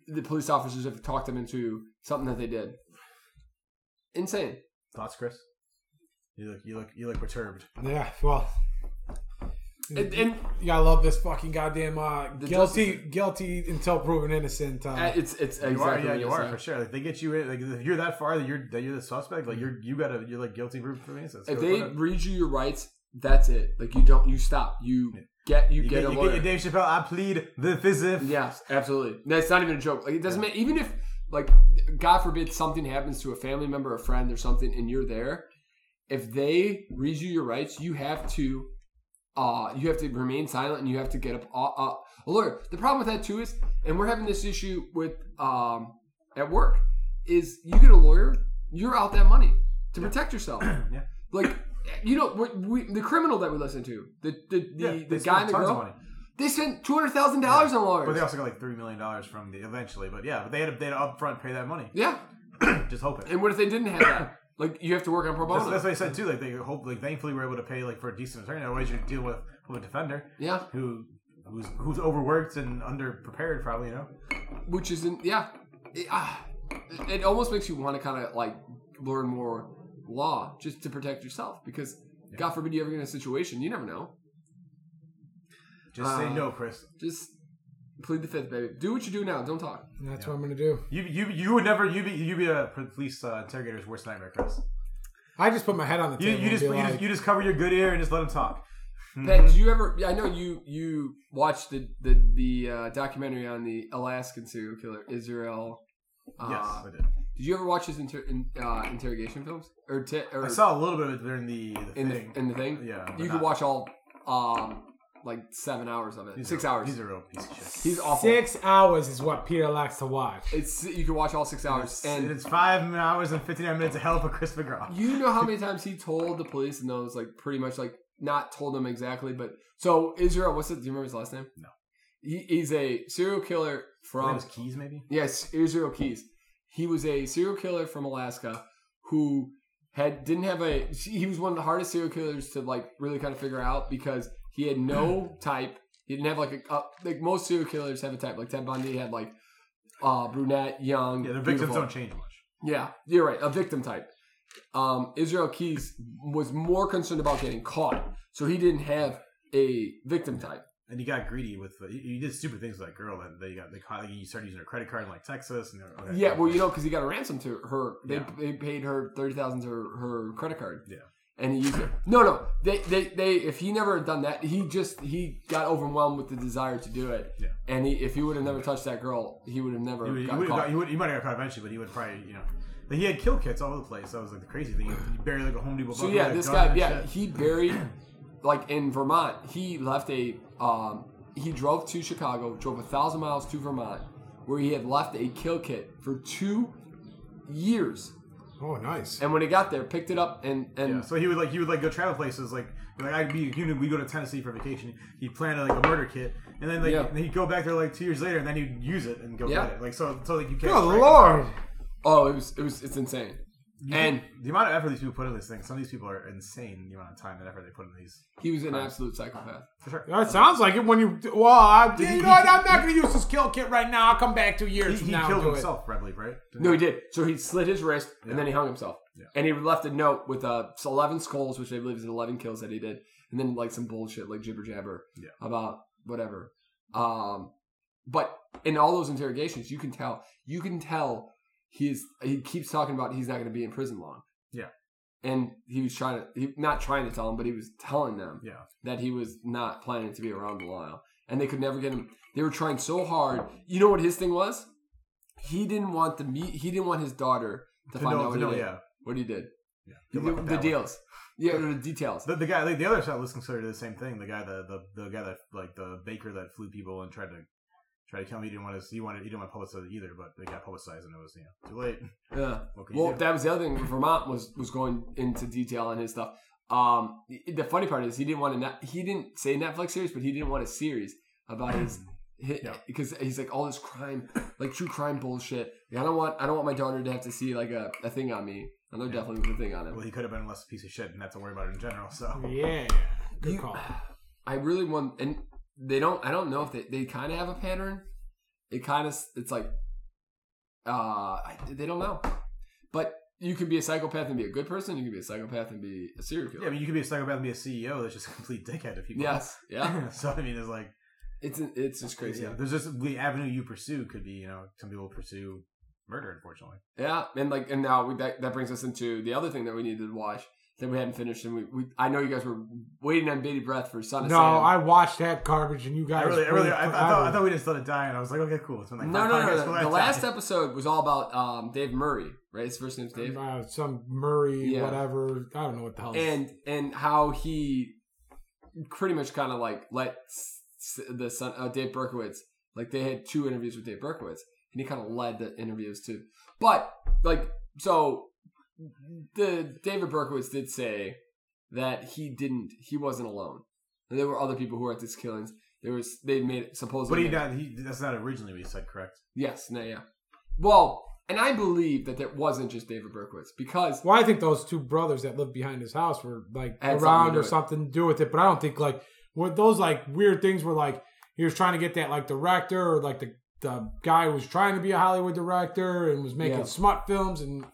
the police officers have talked them into something that they did. Insane. Thoughts, Chris? You look. You look. You look perturbed. Yeah, well, And, and you gotta love this fucking goddamn uh, The guilty, justice- guilty until proven innocent. Uh, uh, it's it's exactly You are, yeah, what you it is, are yeah. for sure. Like they get you in, like if you're that far that you're that you're the suspect, like you're you gotta you're like guilty proof for me. So it's If go they for it. read you your rights, that's it. Like you don't you stop. You Yeah. get you, you get, get, a you lawyer. get your Dave Chappelle, I plead the fifth. Yes, absolutely. That's not even a joke. Like it doesn't matter. Even if, like, God forbid, something happens to a family member, a friend, or something, and you're there, if they read you your rights, you have to, uh, you have to remain silent, and you have to get up uh, uh, a lawyer. The problem with that too is, and we're having this issue with um at work, is you get a lawyer, you're out that money to protect yourself. Yeah. Like. You know, we, we, the criminal that we listen to, the the, the, Yeah, the they guy spent and the tons girl, of money. they spent two hundred thousand dollars on lawyers. But they also got like three million dollars from the eventually. But yeah, but they had to, they had to upfront pay that money. yeah, Just hope it. And what if they didn't have that? like you have to work on pro That's, bono. that's what I said too. Like they hope like thankfully we're able to pay like for a decent attorney. Otherwise you're dealing with public defender yeah, who who's who's overworked and underprepared probably, you know. which isn't. Yeah, it, ah, it almost makes you want to kind of like learn more law just to protect yourself because God forbid you ever get in a situation you never know. Just say Uh, no, Chris. Just plead the fifth, baby. Do what you do now. Don't Mm-hmm. talk. that's what I'm gonna do. You you you would never you be you be a police uh, interrogator's worst nightmare, Chris. I just put my head on the You, table. you and just be you, like, just you just cover your good ear and just let them talk. Hmm. Pat, did you ever? Yeah, I know you. You watched the the the uh, documentary on the Alaskan serial killer Israel. Uh, yes, I did. Did you ever watch his inter- in, uh, interrogation films or, t- or I saw a little bit of it during the, the in thing. the in the thing? yeah, but You not- can watch all um like seven hours of it. he's six a, hours. He's a real piece of shit. He's awful. six hours is what Peter likes to watch. It's you can watch all six hours, and and it's five hours and fifty nine minutes of hell for Chris McGraw. you know how many times he told the police, and those like pretty much like not told them exactly, but so Israel. What's it? Do you remember his last name? No. He, he's a serial killer From from his keys, maybe. yes, Israel Keys. He was a serial killer from Alaska who had didn't have a. He was one of the hardest serial killers to like really kind of figure out because he had no type. He didn't have like a uh, like most serial killers have a type. Like Ted Bundy had like uh brunette, young. Yeah, their victims beautiful. don't change much. Yeah, you're right. A victim type. Um, Israel Keys was more concerned about getting caught, so he didn't have a victim type. And he got greedy with uh, you, you did stupid things with that girl that they got they caught. Like, you started using her credit card in like Texas and all that Yeah, stuff. well, you know, because he got a ransom to her. They, Yeah. they paid her thirty thousand to her, her credit card. Yeah. and he used it. No, no, they, they, they. If he never had done that, he just he got overwhelmed with the desire to do it. Yeah. And he, if he would have never touched that girl, he would have never He, would- he gotten would've caught. got- he would, he might have got caught eventually, but he would probably, you know. Like, he had kill kits all over the place. That was like the crazy thing. He buried like a Home Depot. So bucket yeah, with a this gun guy, and yeah, shit. he buried like in Vermont. He left a um, he drove to Chicago, drove a thousand miles to Vermont, where he had left a kill kit for two years, Oh, nice. and when he got there, picked it up and and Yeah, so he would like he would like go travel places like like I'd be you know we would go to Tennessee for vacation. He'd plan a, like a murder kit, and then like Yeah. and he'd go back there like two years later, and then he'd use it and go Yeah. get it. Like so, so like you can't. Good track it. lord. oh, it was it was it's insane. You And- can- the amount of effort these people put in these things, some of these people are insane. The amount of time and effort they put in these. He was an absolute psychopath. For sure. That sounds like it. When you well, I, he- you know what? I'm not going to use this kill kit right now. I'll come back two He, years he from now. and killed do it. himself, I believe, right? No, he did. So he slit his wrist Yeah. and then he hung himself. Yeah. And he left a note with uh, 11 skulls, which I believe is 11 kills that he did, and then like some bullshit like jibber jabber Yeah. about whatever. Um, but in all those interrogations, you can tell. You can tell he's he keeps talking about he's not going to be in prison long. Yeah. And he was trying to, he, not trying to tell them, but he was telling them Yeah. that he was not planning to be around a while, and they could never get him. They were trying so hard. You know what his thing was? He didn't want the meet. He didn't want his daughter to, To find know- out what to he know, did. yeah. What he did. Yeah. The, Good luck with the that one. deals. Yeah, the details. The, the guy, like, the other side was considered the same thing. The guy, the, the the guy that like the baker that flew people and tried to tried to kill him. He didn't want to. He wanted. He didn't want to publicize it either, but they got publicized, and it was you know too late. Yeah. What can you Well, do? that was the other thing. Vermont was was going into detail on his stuff. Um, the- the funny part is he didn't want to. Net, he didn't say Netflix series, but he didn't want a series about his. hi- Yeah. Because he's like all this crime, like true crime bullshit. Like, I don't want, I don't want my daughter to have to see like a, a thing on me. And there Yeah. definitely was a thing on him. Well, he could have been less piece of shit and not to worry about it in general. So Yeah. Good You- call. I really want, and they don't. I don't know if they they kind of have a pattern. It kind of it's like, uh, I, they don't know. But you can be a psychopath and be a good person. You can be a psychopath and be a serial killer. yeah, I mean, you could be a psychopath and be a CEO that's just a complete dickhead to people. yes, yeah. so I mean, it's like It's it's just crazy. Yeah, Yeah. there's just the avenue you pursue could be you know some people pursue murder, unfortunately. and like and now we, that that brings us into the other thing that we needed to watch that we hadn't finished, and we, we I know you guys were waiting on bated breath for Son of No, Sam. I watched that garbage, and you I guys. really, I really, I, I proved thought, I forever. thought we just let it die, and I was like, okay, cool. It's been like oh. no, five no, no, podcasts, no. The we'll let it last die. episode was all about um, Dave Murray, right? His first name's Dave. Uh, some Murray, Yeah. whatever. I don't know what the hell. and and how he pretty much kind of like let s- s- the son uh, Dave Berkowitz like they had two interviews with Dave Berkowitz and he kind of led the interviews too. But like so, the David Berkowitz did say that he didn't he wasn't alone. There were other people who were at these killings. There was they made supposedly But he made- not, he, that's not originally what he said, correct? yes no yeah well. And I believe that it wasn't just David Berkowitz because Well, I think those two brothers that lived behind his house were like Had something to do around or with it. something to do with it, but I don't think like what those like weird things were like he was trying to get that like director or like the the guy who was trying to be a Hollywood director and was making Yeah. smut films and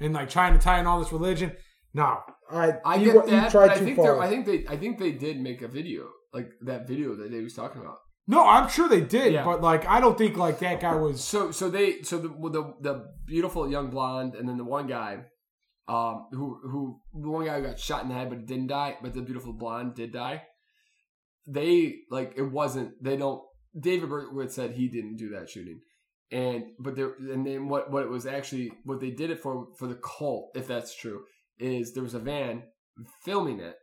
and like trying to tie in all this religion. No, I I you- get you that. tried but I too think far. they're- I think they I think they did make a video like that video that they was talking about. no, I'm sure they did, Yeah. but like I don't think like that guy was. So so they so the the, the beautiful young blonde and then the one guy, um who who the one guy who got shot in the head but didn't die but the beautiful blonde did die. They like it wasn't they don't David Berkowitz said he didn't do that shooting. And but there and then what what it was actually what they did it for for the cult if that's true is there was a van filming it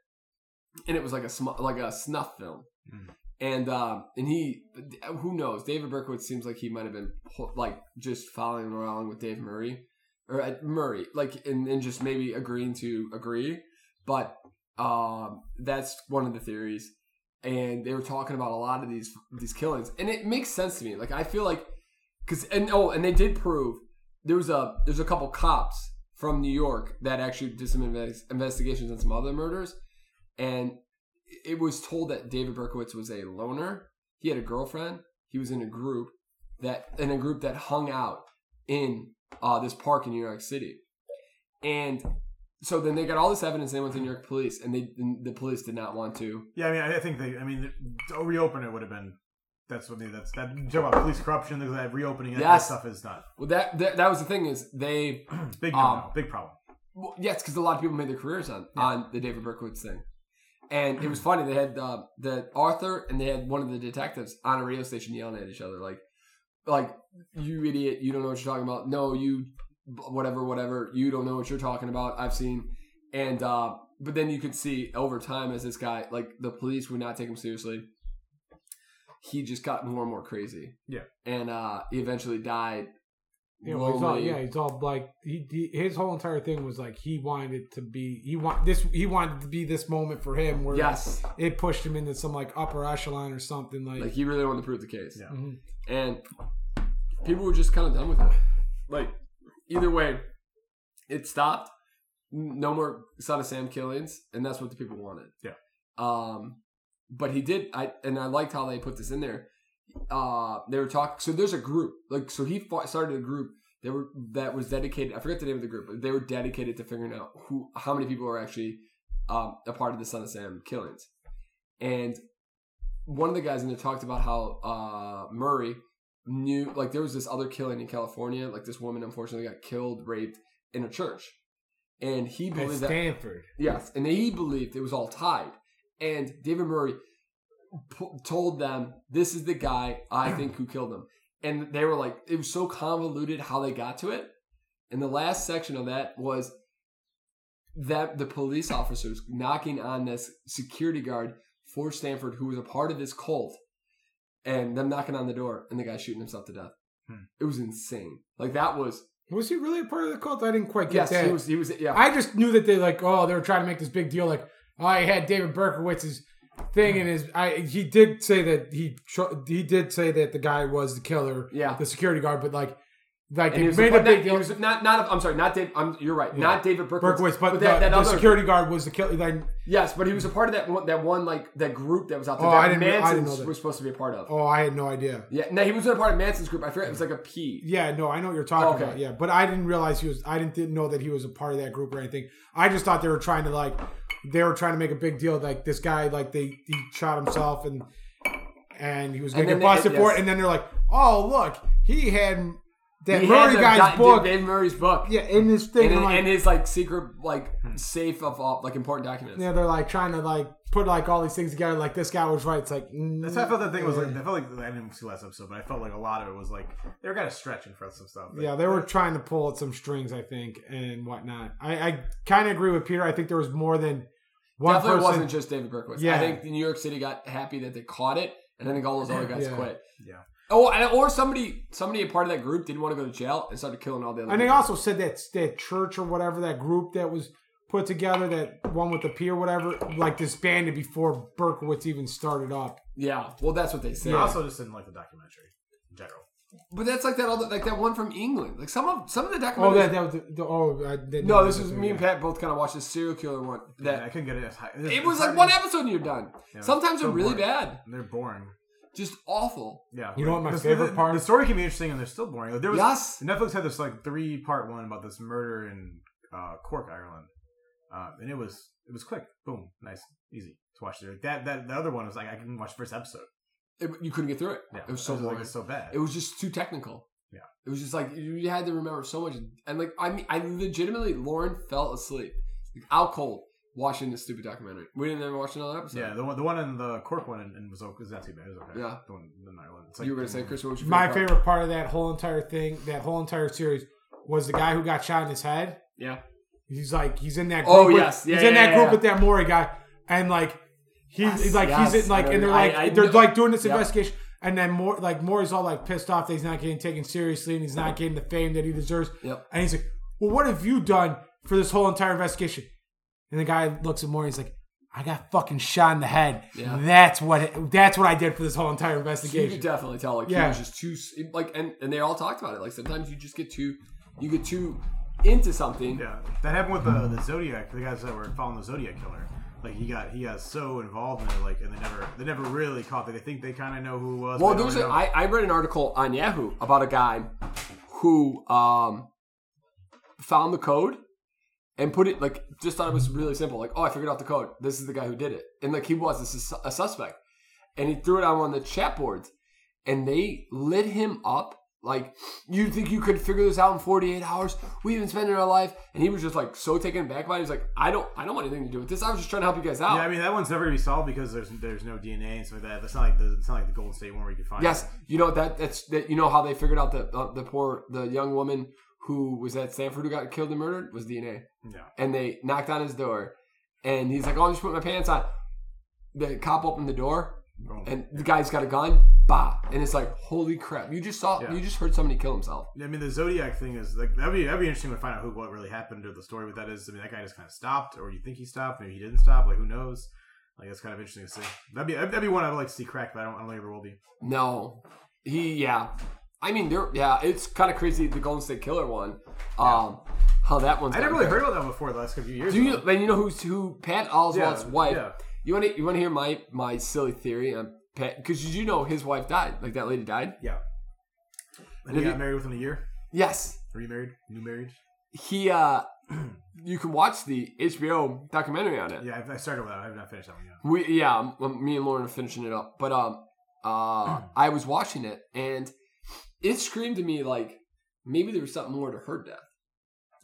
and it was like a sm- like a snuff film Mm. and um and he who knows David Berkowitz seems like he might have been pu- like just following along with Dave Murray or uh, Murray like and, and just maybe agreeing to agree but um that's one of the theories and they were talking about a lot of these these killings and it makes sense to me like I feel like because and oh, and they did prove there was a there's a couple cops from New York that actually did some inves- investigations on some other murders, and it was told that David Berkowitz was a loner. He had a girlfriend. He was in a group that in a group that hung out in uh, this park in New York City, and so then they got all this evidence. They went to New York police, and they and the police did not want to. Yeah, I mean, I think they, I mean, to reopen it would have been. That's what they, that's that. You talk about police corruption, things like that reopening that Yes. stuff is not Well, that that, that was the thing is they big, Um, no, no, big problem. Well, yes, because a lot of people made their careers on on the David Berkowitz thing, and it was funny. They had uh, the Arthur and they had one of the detectives on a radio station yelling at each other, like, like you idiot, you don't know what you're talking about. No, you, whatever, whatever, you don't know what you're talking about. I've seen, and uh, but then you could see over time as this guy, like the police would not take him seriously. He just got more and more crazy. Yeah. and uh, he eventually died. You know, he's all, lonely. yeah, he's all like he, he his whole entire thing was like he wanted to be he want this he wanted to be this moment for him where Yes, it pushed him into some like upper echelon or something like, like he really wanted to prove the case. Yeah. Mhm. and people were just kind of done with it. Like, either way, it stopped. N- No more Son of Sam killings, and that's what the people wanted. Yeah. Um, but he did. I and I liked how they put this in there. Uh, they were talking. So there's a group. Like, so he fought, started a group. They were that was dedicated. I forget the name of the group, but they were dedicated to figuring out who, how many people are actually um, a part of the Son of Sam killings. And one of the guys in there talked about how uh, Murray knew, like, there was this other killing in California. Like, this woman unfortunately got killed, raped in a church, and he at believed that Stanford. Yes, and he believed it was all tied. And David Murray p- told them, "This is the guy I think who killed him." And they were like, it was so convoluted how they got to it. And the last section of that was that the police officers knocking on this security guard for Stanford, who was a part of this cult, and them knocking on the door, and the guy shooting himself to death. Hmm. It was insane. Like that was Was he really a part of the cult? I didn't quite get yes, that. he was he was yeah. I just knew that they like, oh, they were trying to make this big deal. Like, oh, he had David Berkowitz's thing in his. I he did say that he tr- he did say that the guy was the killer, yeah. the security guard, but like, like And he it was, made but a not- big he deal. was not not I'm sorry, not David. I'm, you're right, Yeah. not David Berkowitz. Berkowitz, but, that, the, that the other security guard was the killer. Like, yes, but he was a part of that one, that one like that group that was out there. Oh, that I didn't- I didn't Manson know that. was supposed to be a part of. oh, I had no idea. Yeah, no, he was a part of Manson's group. I forget it was like a P. Yeah, no, I know what you're talking Okay. about. Yeah, but I didn't realize he was. I didn't, didn't know that he was a part of that group or anything. I just thought they were trying to like, they were trying to make a big deal. Like this guy, like they he shot himself and and he was going And to then get they- busted for yes. it. And then they're like, oh look, he had that He had Murray the guy's guy- book. David Murray's book. yeah, in his thing. and, I'm like, and his like secret like safe of all like important documents. yeah, they're like trying to like put like all these things together. Like this guy was right. It's like mm, That's how I felt that thing was like. yeah. I felt like I didn't see last episode, but I felt like a lot of it was like they were kind of stretching for some stuff. Yeah, they were trying to pull at some strings, I think, and whatnot. I, I kind of agree with Peter. I think there was more than one Definitely person. wasn't just David Berkowitz. I Yeah. think New York City got happy that they caught it, and I think all those other guys Yeah. quit. Yeah. Oh, and, or somebody somebody a part of that group didn't want to go to jail and started killing all the other. and they people. also said that that church or whatever that group that was put together, that one with the P or whatever, like disbanded before Berkowitz even started up. yeah. Well, that's what they said. I also just didn't like the documentary in general. But that's like that other, like that one from England. Like some of some of the Oh, documentaries. that that was the, the oh I didn't no, know this that was was- me and Pat both kind of watched the serial killer one. Yeah, I That couldn't get it. As high. it was like it's hard one to- episode and you're done. Yeah, Sometimes so they're really boring. bad, They're boring. just awful. Yeah. You know what my This- favorite the, part- The story can be interesting, and they're still boring. Like, there was yes, Netflix had this like three part one about this murder in uh, Cork, Ireland, uh, and it was it was quick, boom, nice, easy to watch. Like that that the other one was like I couldn't watch the first episode. It- you couldn't get through it. Yeah, It was so like, boring. it's so bad. It was just too technical. Yeah. it was just like you had to remember so much. And like I mean, I legitimately Lauren fell asleep, like, out cold watching this stupid documentary. We didn't even watch another episode. yeah, the one the one in the Cork one and, and was okay. It's not too bad. It was okay. Yeah. the one in Ireland. It's you were gonna say, Chris, what was your My part? favorite part of that whole entire thing, that whole entire series, was the guy who got shot in his head. Yeah, He's like he's in that. Group Oh, with, yes. Yeah, he's in yeah, that yeah, group yeah. with that Mori guy, and like he's, Yes, he's like yes. he's in like, I and they're remember- like I- I they're know- like doing this Yep. investigation, and then more like Mori's all like pissed off that he's not getting taken seriously and he's not getting the fame that he deserves, Yep. and he's like, "Well, what have you done for this whole entire investigation?" And the guy looks at Mori, he's like. I got fucking shot in the head. Yeah. That's what it, that's what I did for this whole entire you could investigation. definitely tell. Like he Yeah. was just too like, and and they all talked about it. Like sometimes you just get too, you get too into something. Yeah, that happened with uh, the, the Zodiac. The guys that were following the Zodiac killer, like he got he got so involved in it, like, and they never they never really caught that. They think they kind of know who it was. Well, there but they was don't a, know. I, I read an article on Yahoo about a guy who um, found the code and put it like just thought it was really simple. Like, oh, I figured out the code. This is the guy who did it, and like he was a, sus- a suspect, and he threw it out on the chat boards, and they lit him up Like, you think you could figure this out in 48 hours? We've been spending our life. And he was just like so taken back by it. He was like, I don't, I don't want anything to do with this. I was just trying to help you guys out. Yeah, I mean that one's never gonna be solved because there's there's no DNA and stuff like that. That's not like the, it's not like the Golden State one where you can find. Yes, you know that. That's that. You know how they figured out the uh, the poor the young woman who was at Stanford who got killed and murdered was DNA, it. No. and they knocked on his door, and he's like, "Oh, I just put my pants on." The cop opened the door, Wrong. and the guy's got a gun. Bah! And it's like, holy crap! You just saw, Yeah. you just heard somebody kill himself. I mean, the Zodiac thing is like that'd be that'd be interesting to find out who what really happened or the story with that is. I mean, that guy just kind of stopped, or you think he stopped, maybe he didn't stop. Like who knows? Like that's kind of interesting to see. That'd be that'd be one I would like to see cracked, but I don't, I don't think it ever will be. No, he yeah. I mean, there yeah, it's kind of crazy the Golden State Killer one. Um, how that one's. I never gotten really big. heard about that before the last couple of years. Do you? though. And you know who's who? Pat Oswald's wife. yeah. You want to you want to hear my my silly theory Um, on Pat? Because you know his wife died. Like that lady died. And he Have got you- married within a year. Yes, Remarried, new marriage. he. uh You can watch the HBO documentary on it. Yeah, I, I started with that. I have not finished that one yet. We yeah, m- me and Lauren are finishing it up. But um, uh, I was watching it and it screamed to me like maybe there was something more to her death.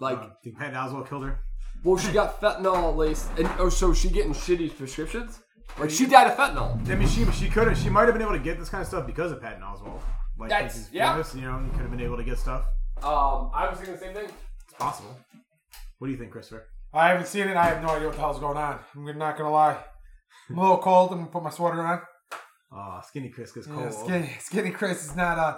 Like, Uh, think Pat Oswald killed her. well, she got fentanyl laced, and oh, so she getting shitty prescriptions. Like she died of fentanyl. I mean, she she could have she might have been able to get this kind of stuff because of Patton Oswald. Like, 'cause That's- he's yeah. famous, you know, he could have been able to get stuff. Um, I was thinking the same thing. It's possible. What do you think, Christopher? I haven't seen it. I have no idea what the hell's going on. I'm not gonna lie. I'm a little cold. I'm gonna put my sweater on. Oh, skinny Chris gets cold. Yeah, skinny, skinny Chris is not uh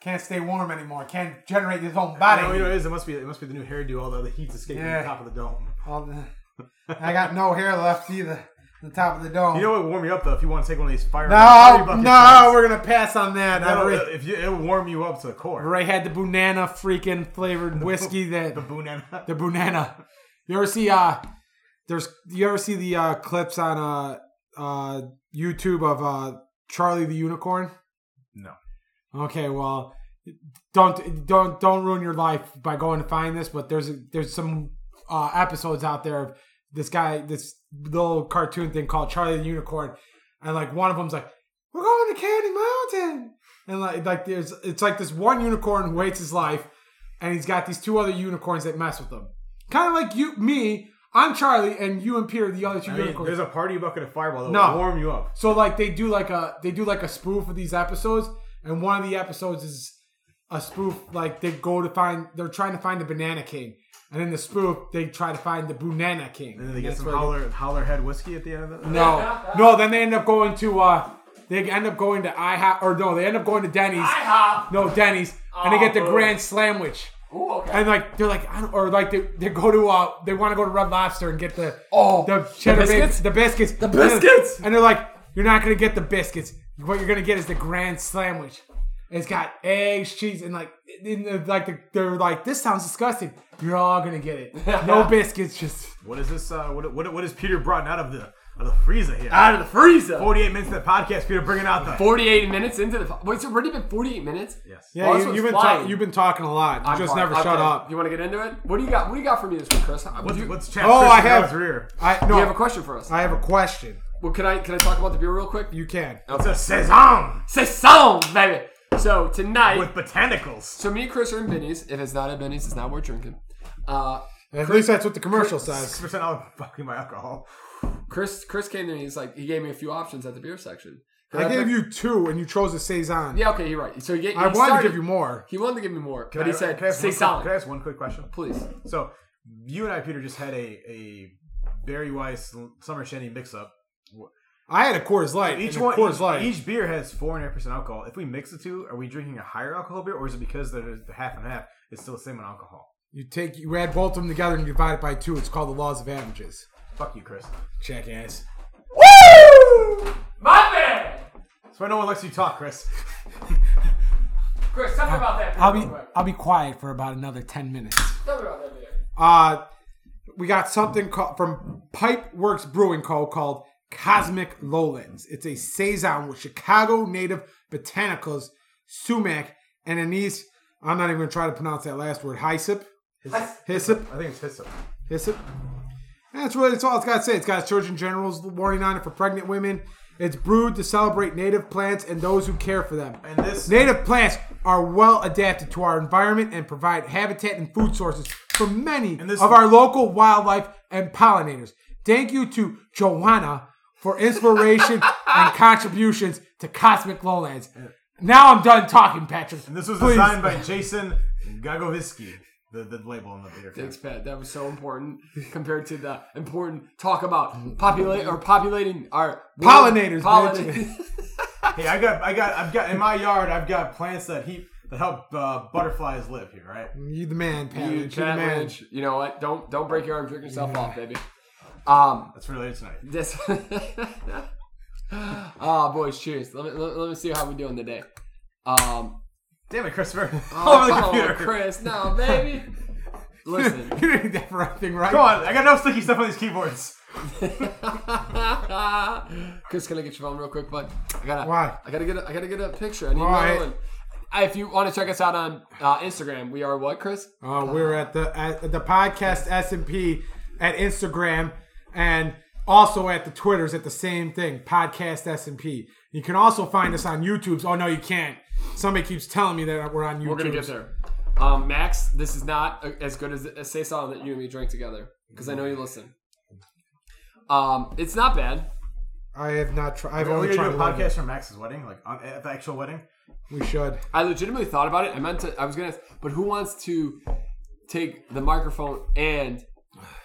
can't stay warm anymore. Can't generate his own body. No, you know, it is. It must be. It must be the new hairdo. Although the heat's escaping Yeah. the top of the dome. All the- I got no hair left either. The top of the dome. You know what would warm you up though if you want to take one of these fire. fire no, bucket no, we're gonna pass on that. shots. I've No, uh, already- If you, it'll warm you up to the core. Ray had the banana freaking flavored whiskey that The banana. the banana. You ever see uh there's you ever see the uh clips on uh uh YouTube of uh Charlie the Unicorn? No. Okay, well don't don't don't ruin your life by going to find this, but there's there's some uh episodes out there of this guy this little cartoon thing called Charlie the Unicorn and like one of them's like we're going to Candy Mountain and like like there's it's like this one unicorn who hates his life and he's got these two other unicorns that mess with him. Kind of like you, me, I'm Charlie, and you and Peter, the other two I mean, unicorns. there's a party bucket of fireball that No. will warm you up. so like they do like a they do like a spoof of these episodes, and one of the episodes is a spoof like they go to find they're trying to find the banana king, and in the spoof they try to find the banana king. And then they get That's some where they- howler howler head whiskey at the end of it. No, no, then they end up going to uh they end up going to IHOP or no, they end up going to Denny's. IHOP. No, Denny's, and they get the Oh, boo. grand sandwich. Ooh, okay. And like they're like I don't, or like they, they go to uh they want to go to Red Lobster and get the Oh, the the cheddar bacon- biscuits? the biscuits the biscuits! and they're like you're not gonna get the biscuits what you're gonna get is the grand sandwich it's got eggs cheese and like in the, like the, they're like this sounds disgusting you're all gonna get it no biscuits just What is this? Uh, what, what what is Peter brought out of the out of the freezer here? out of the freezer. 48 minutes of the podcast, Peter bringing out the. 48 minutes into the. Wait, it's already been 48 minutes? Yes. yeah Oh, this you, one's you've been flying. talking you've been talking a lot you I'm just fine. never Okay. shut up You want to get into it? What do you got? What do you got for me this week, Chris? Would What's, you, what's Chad Oh, Christopher I have- Howard's rear? I do no you have a question for us? I have a question well, can I can I talk about the beer real quick? you can It's a saison Saison, baby. So tonight, with botanicals. so me, and Chris are in Benny's. If it's not at Benny's, it's not worth drinking. Uh, at least that's what the commercial says Six percent alcohol. Fucking my alcohol. Chris Chris came to me. He's like, he gave me a few options at the beer section. Can I gave pick- you two and you chose a saison Yeah, okay, you're right. So he, ga- he I wanted to started- give you more He wanted to give me more, but Can he I- said can I ask one quick- Saison, Can I ask one quick question? please. So, you and I, Peter, just had a a Barry Weiss summer shandy mix up. I had a Coors Light. Each and a one, Coors each, Light. each beer has four and a half percent alcohol. If we mix the two, are we drinking a higher alcohol beer, or is it because there's the half and half? It's still the same on alcohol. you take you add both of them together and you divide it by two. It's called the laws of averages. Fuck you, Chris. Check ass. Woo! My man, That's why no one lets you talk, Chris. Chris, tell me about that. I'll be I'll be quiet for about another ten minutes. Tell me about that beer. Uh we got something called from Pipe Works Brewing Co. called Cosmic Lowlands. It's a saison with Chicago native botanicals, sumac, and anise. I'm not even gonna try to pronounce that last word. Hyssop. Hyssop. I think it's hyssop. Hyssop. That's really that's all it's got to say. It's got a Surgeon General's warning on it for pregnant women. It's brewed to celebrate native plants and those who care for them. And this Native plants are well adapted to our environment and provide habitat and food sources for many And this- of our local wildlife and pollinators. Thank you to Joanna for inspiration and contributions to Cosmic Lowlands. Now I'm done talking, Patrick. and this was Please. designed by Jason Gagovisky, the, the label on the beer. can. Thanks, Pat. That was so important compared to the important talk about populate or populating our Pollinators, Pollinators. Hey, I got, I got, I've got in my yard. I've got plants that heat that help uh, butterflies live here. Right? You the man, Pat. you, Lynch, You the Chad man. Lynch. You know what? Don't don't break your arm. Drink yourself off, baby. Um, That's for later tonight. this. Ah, boys, cheers. Let me let, let me see how we're doing today. Um, Damn it, Christopher! Over the oh, computer. Chris, no, baby. Listen, you didn't need that for everything, right? Come on, I got enough sticky stuff on these keyboards. Chris, can I get your phone real quick, bud? I gotta. Why? I gotta get. A, I gotta get a picture. I need Why? another one. Uh, If you want to check us out on uh, Instagram, we are what, Chris? Uh, we're at the at the podcast S and P at Instagram and also at the Twitters at the same thing podcast S and P. You can also find us on YouTube's. Oh no, you can't. Somebody keeps telling me that we're on YouTube. We're gonna get there. Um, Max, this is not a- as good as, as say something that you and me drank together because I know you listen. Um, it's not bad. I have not tried. I've Are we only gonna tried do a one. of podcast from Max's wedding, like on, at the actual wedding? it. We should. I legitimately thought about it. I meant to. I was gonna, but who wants to take the microphone and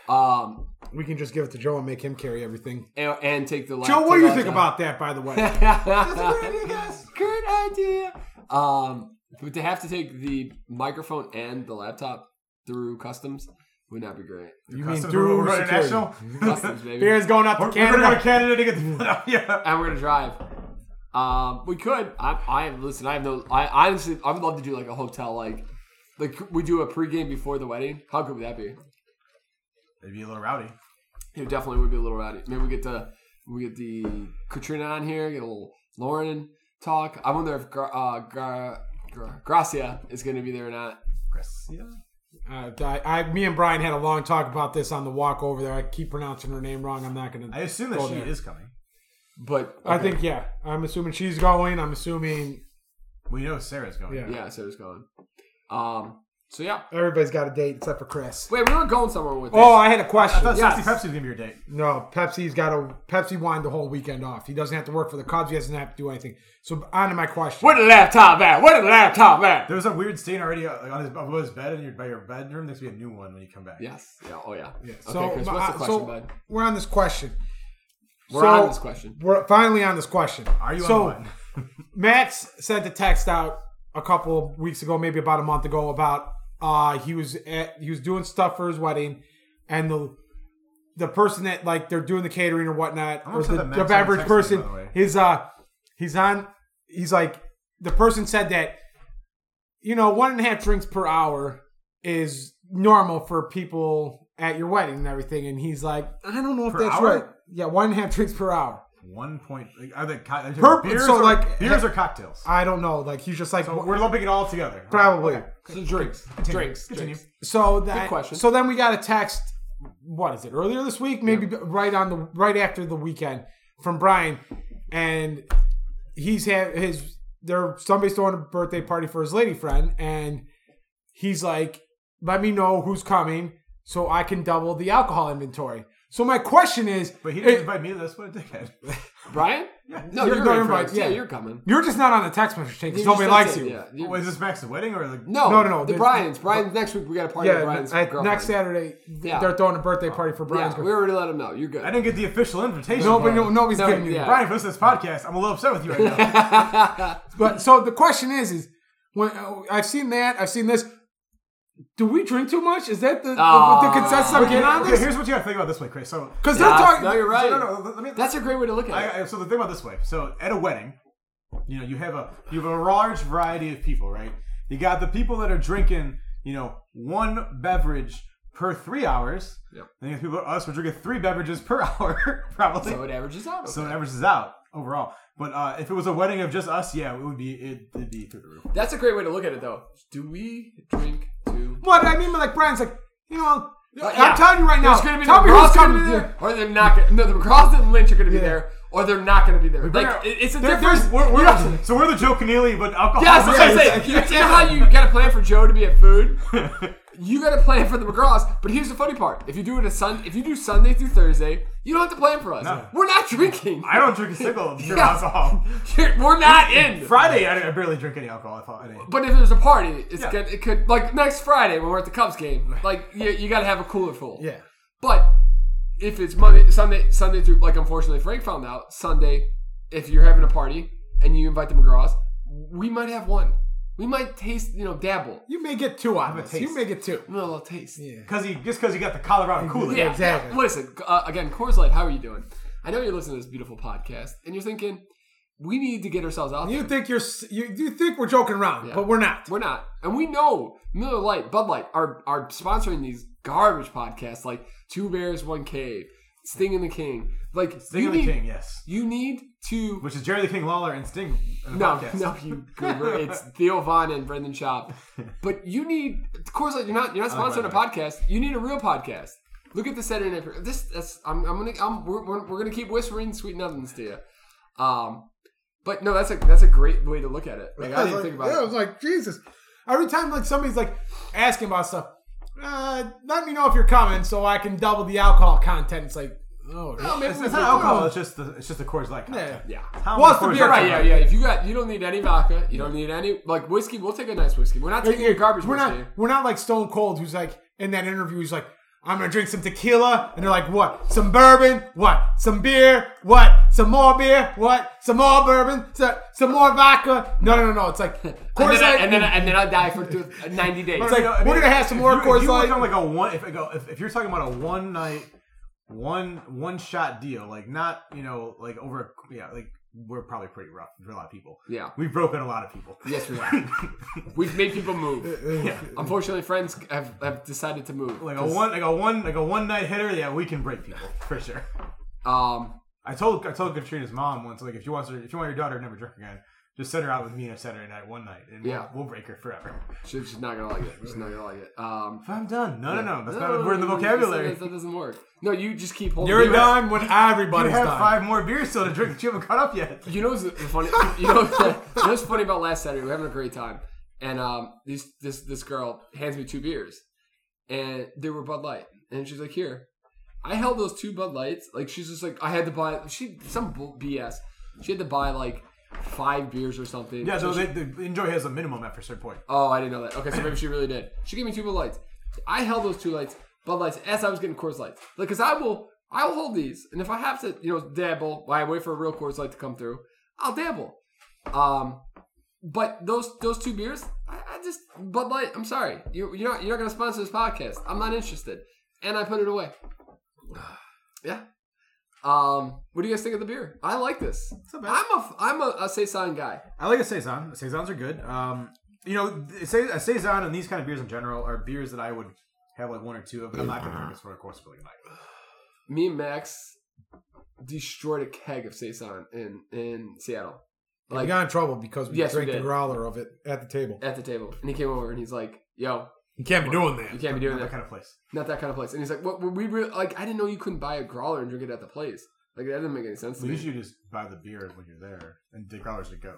um We can just give it to Joe and make him carry everything. and, and take the Joe, what do you think about that? By the way, That's a great idea, guys. Great idea. Um, but to have to take the microphone and the laptop through customs would not be great. you mean Customs, through we're going security. international? Customs, baby. Beer's going up We're, to we're gonna go to Canada. Canada to get the Philadelphia. and we're gonna drive. Um, we could. I, I listen. I have no. I honestly, I would love to do like a hotel, like, like we do a pregame before the wedding. How good would that be? It'd be a little rowdy. It definitely would be a little rowdy. Maybe we get the we get the Katrina on here, get a little Lauren talk. I wonder if Gra- uh, Gra- Gra- Gracia is gonna be there or not. Gracia? Uh, I, I, me and Brian had a long talk about this on the walk over there. I keep pronouncing her name wrong. I'm not gonna. I assume that Go she there. is coming. But I think yeah. I'm assuming she's going. I'm assuming We know Sarah's going. Yeah. yeah, Sarah's going. Um. So yeah. everybody's got a date except for Chris. Wait, we were going somewhere with this. Oh, I had a I question. thought Yes. 60 Pepsi was gonna be your date. No, Pepsi's got a Pepsi won the whole weekend off. He doesn't have to work for the Cubs. He doesn't have to do anything. So on to my question. Where the laptop at? Where the laptop at? There was a weird stain already uh, like, on his above his bed and your, by your bedroom. There's gonna be a new one when you come back. Yes. Yeah. Oh yeah. Yeah, Okay, Chris. my- What's the uh, question, so bud? We're on this question. We're So- on this question. We're finally on this question. Are you so, on one? Max sent a text out a couple weeks ago, maybe about a month ago, about uh he was at, he was doing stuff for his wedding, and the the person that like they're doing the catering or whatnot, or I'm the, upset that Max the didn't average text me, by person, the way. his uh he's on he's like the person said that you know one and a half drinks per hour is normal for people at your wedding and everything, and he's like I don't know if Per that's hour? right. Yeah, one and a half drinks per hour. One point. Like, are they co- are they Per- beers so, or, like- eh, beers or cocktails? I don't know. Like he's just like So we're lumping it all together. probably. Okay. So drinks, drinks, Continue. drinks. So that question. so then we got a text. What is it? Earlier this week, maybe b right on the right after the weekend from Brian, and he's had his. There, somebody's throwing a birthday party for his lady friend, and he's like, "Let me know who's coming so I can double the alcohol inventory." So my question is, But he eh, didn't invite me. That's what a dickhead. Brian? No, You're you're, going going right, Yeah. yeah. you're coming. you're just not on the text message chain because You nobody just likes said, you. yeah, Wait, is this Max's wedding or like? No, No, no, no, The there's- Brian's. Brian's next week. We got a party. at Yeah, Brian's at- girlfriend. next Saturday Yeah. Oh. they're throwing a birthday party for Brian's. Yeah, we already girlfriend. let him know. You're good. I didn't get the official invitation. Nobody, Brian. nobody's No, giving you. yeah. Brian, if you listen to this podcast, I'm a little upset with you right now. But so the question is, is when uh, I've seen that, I've seen this. Do we drink too much? Is that the the, the Ah. consensus I'm getting on okay, this? here's what you gotta think about this way, Chris. So, Because Yeah, they're talking. no, you're right. so no, no, let me. That's a great way to look at it. I, I, so the thing about this way. So at a wedding, you know, you have a you have a large variety of people, right? You got the people that are drinking, you know, one beverage per three hours. Yep. Then you have people us we're drinking three beverages per hour, probably. so it averages out. So it averages out overall. But uh, if it was a wedding of just us, yeah, it would be it, it'd be through the roof. That's a great way to look at it, though. Do we drink too? What I mean, by like Brian's like, you know, But I'm Uh, yeah, telling you right now. There's gonna be tell the me who's McGraws coming gonna be there. there, or they're not. Gonna, no, the McGraws and Lynch are going to be there, or they're not going to be there. better- Like it, it's a there- difference. there's- We're, we're, Yeah. So we're the Joe Keneally, but alcohol. Yeah, that's what I'm Yeah, saying. exactly. You understand how you got to plan for Joe to be at food. You got to plan for the McGraws. But here's the funny part: if you do it a sun, if you do Sunday through Thursday, you don't have to plan for us. No. We're not drinking. I don't drink a single pure Yeah. alcohol. We're not in. Friday, I, I barely drink any alcohol. I thought. I didn't. But if there's a party, it's Yeah. gonna, it could like next Friday when we're at the Cubs game. Like you, you got to have a cooler full. Yeah. But if it's Monday, Sunday, Sunday through like unfortunately Frank found out Sunday, if you're having a party and you invite the McGraws, we might have one. We might taste, you know, dabble, You may get two on this. You taste. may get two. a little taste. Yeah. Because he just because he got the Colorado Kool Aid. Yeah, Exactly. yeah. Listen, uh, again, Coors Light, how are you doing? I know you're listening to this beautiful podcast, and you're thinking, we need to get ourselves out You there. think you're s- you, you think we're joking around, Yeah. but we're not. We're not. And we know Miller Light, Bud Light are, are sponsoring these garbage podcasts like Two Bears, One Cave, Sting and the King. Like, Sting you of the need, King, yes. You need to. Which is Jerry the King Lawler and Sting. in the No, podcast. no, you goober. It's Theo Vaughn and Brendan Schaub. But you need, of course, like, you're not you're not I like sponsoring a Brendan. podcast. You need a real podcast. Look at the Saturday Night. Pre- This that's I'm, I'm gonna I'm, we're, we're, we're gonna keep whispering sweet nothings to you. Um, but no, that's a that's a great way to look at it. Like I was didn't like, think about yeah, I was it. like, Jesus. Every time like somebody's like asking about stuff, uh, let me know if you're coming so I can double the alcohol content. It's like, oh, No, maybe It's, we it's could- not alcohol. It's just the, it's just the Coors Light. yeah. content. Yeah. How Well, many it's the Coors beer, Lights Right, are yeah, there? yeah. If you got, you don't need any vodka. You don't need any like whiskey. We'll take a nice whiskey. We're not taking a garbage We're whiskey. not we're not like Stone Cold who's like in that interview he's like, I'm gonna drink some tequila and they're like, What? Some bourbon? What? Some beer? What? Some more beer? What? Some more bourbon? So, some more vodka? No, no, no, no. It's like and, Coors then I, Light and then I, and then I die for th- ninety days. It's like, I mean, we're gonna have some if more you- Coors if you look Light. on, like a one, if, it go- if, if you're talking about a one night, one one shot deal, like not you know like over yeah like we're probably pretty rough for a lot of people. Yeah. we've broken a lot of people. yes, we are. We've made people move. yeah, Unfortunately, friends have, have decided to move. like a one like a one like a one night hitter. Yeah, we can break people for sure. Um, I told I told Katrina's mom once like if you want her, if you want your daughter to never drink again, just send her out with me on Saturday night one night and we'll- Yeah. we'll, break her forever. she, she's not gonna like it. She's not gonna like it. Um, If I'm done, no, no, no, that's no, not we're in the no, no, vocabulary. That, that doesn't work. No, you just keep holding. you're you done when You everybody's have done. five more beers still to drink that you haven't caught up yet. You know what's the the funny? You know, you know what's funny about last Saturday? We We're having a great time, and um, this this this girl hands me two beers, and they were Bud Light, and she's like, "Here." I held those two Bud Lights. Like she's just like I had to buy she some bull- BS. She had to buy like five beers or something. Yeah, so she, they, they enjoy has a minimum after a certain point. Oh, I didn't know that. Okay, so maybe she really did. She gave me two Bud Lights. I held those two lights, Bud Lights, as I was getting Coors Lights. Like, cause I will, I will hold these, and if I have to, you know, dabble, while I wait for a real Coors Light to come through, I'll dabble. Um, but those those two beers, I, I just Bud Light. I'm sorry, you you're not you're not gonna sponsor this podcast. I'm not interested, and I put it away. Yeah. Um, what do you guys think of the beer? I like this. I'm a I'm a, a saison guy. I like a saison. Saisons are good. Um, you know, a sais- a saison and these kind of beers in general are beers that I would have like one or two of. But I'm not gonna drink this for a course of like a night. me and Max destroyed a keg of saison in in Seattle, we like got in trouble because we Yes, we drank the did. growler of it at the table. at the table. And he came over and he's like, "Yo, You can't be doing you that. can't be doing Not that that. kind of place. Not that kind of place." And he's like, "What? were we really, like, I didn't know you couldn't buy a growler and drink it at the place. Like that didn't make any sense to We me." usually just buy the beer when you're there and the growlers to go.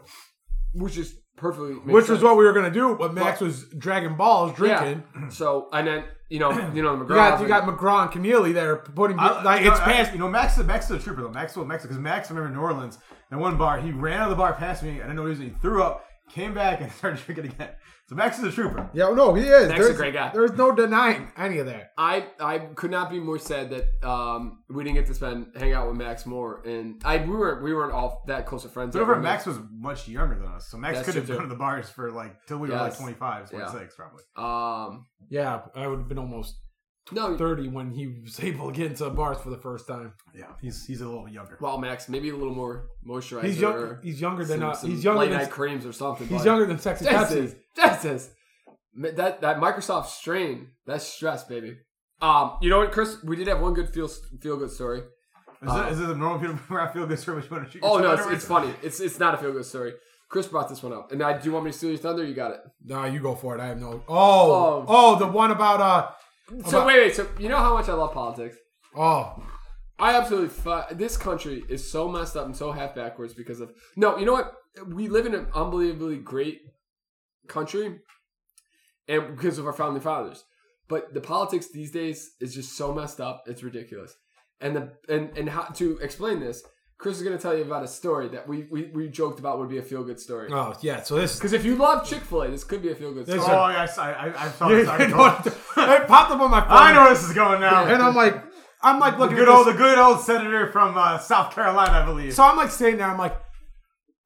Which is perfectly makes Which was sense. what we were gonna do, but Max was dragging balls Yeah. drinking. So and then you know you know the You got you got McGraw and Keneally that are putting like you know, it's I- past You know, Max is Max is a trooper though. Max will Max because Max. I remember in New Orleans. That one bar, he ran out of the bar past me. I didn't know what he was. He threw up, came back, and started drinking again. So Max is a trooper. Yeah, no, he is. a There's, great guy. There's no denying any of that. I I could not be more sad that um we didn't get to spend hang out with Max more and I we weren't we weren't all that close of friends. Whatever, Everyone- Max was much younger than us, so Max That's could have true, too. gone to the bars for like till we were like Yes. 25, Yeah. 26 probably. Um, Yeah, I would have been almost no, 30 when he was able to get into bars for the first time. Yeah, he's he's a little younger. Well, Max, maybe a little more moisturizer. He's or young, he's younger than some- us. some He's younger light than night creams or something. he's but- younger than Sexy Jesus, Pepsi. Jesus, Ma- that that Microsoft strain, that's stress, baby. Um, you know what, Chris? We did have one good feel feel good story. Is, it, is it a normal people where I feel good story? Which one? Shoot uh, Oh yourself no, it's, afterwards? it's funny. It's it's not a feel good story. Chris brought this one up, and I do you want me to steal your thunder? You got it. No, you go for it. I have no. Oh, Oh. oh, the one about uh So About- wait, wait. So you know how much I love politics. oh I absolutely fu- this country is so messed up and so half backwards because of no. You know what? We live in an unbelievably great country, and because of our founding fathers. But the politics these days is just so messed up; it's ridiculous. And the and and how to explain this? Chris is going to tell you about a story that we we, we joked about would be a feel good story. Oh yeah, so this. Because if you love Chick Fil A, this could be a feel good story. This Oh, is Oh, I, I, I, I saw You this. know I, what- know. it popped up on my phone. I know where this is going now. And I'm like, I'm like the looking good at old, this- the good old senator from uh, South Carolina, I believe. So I'm like sitting there. I'm like,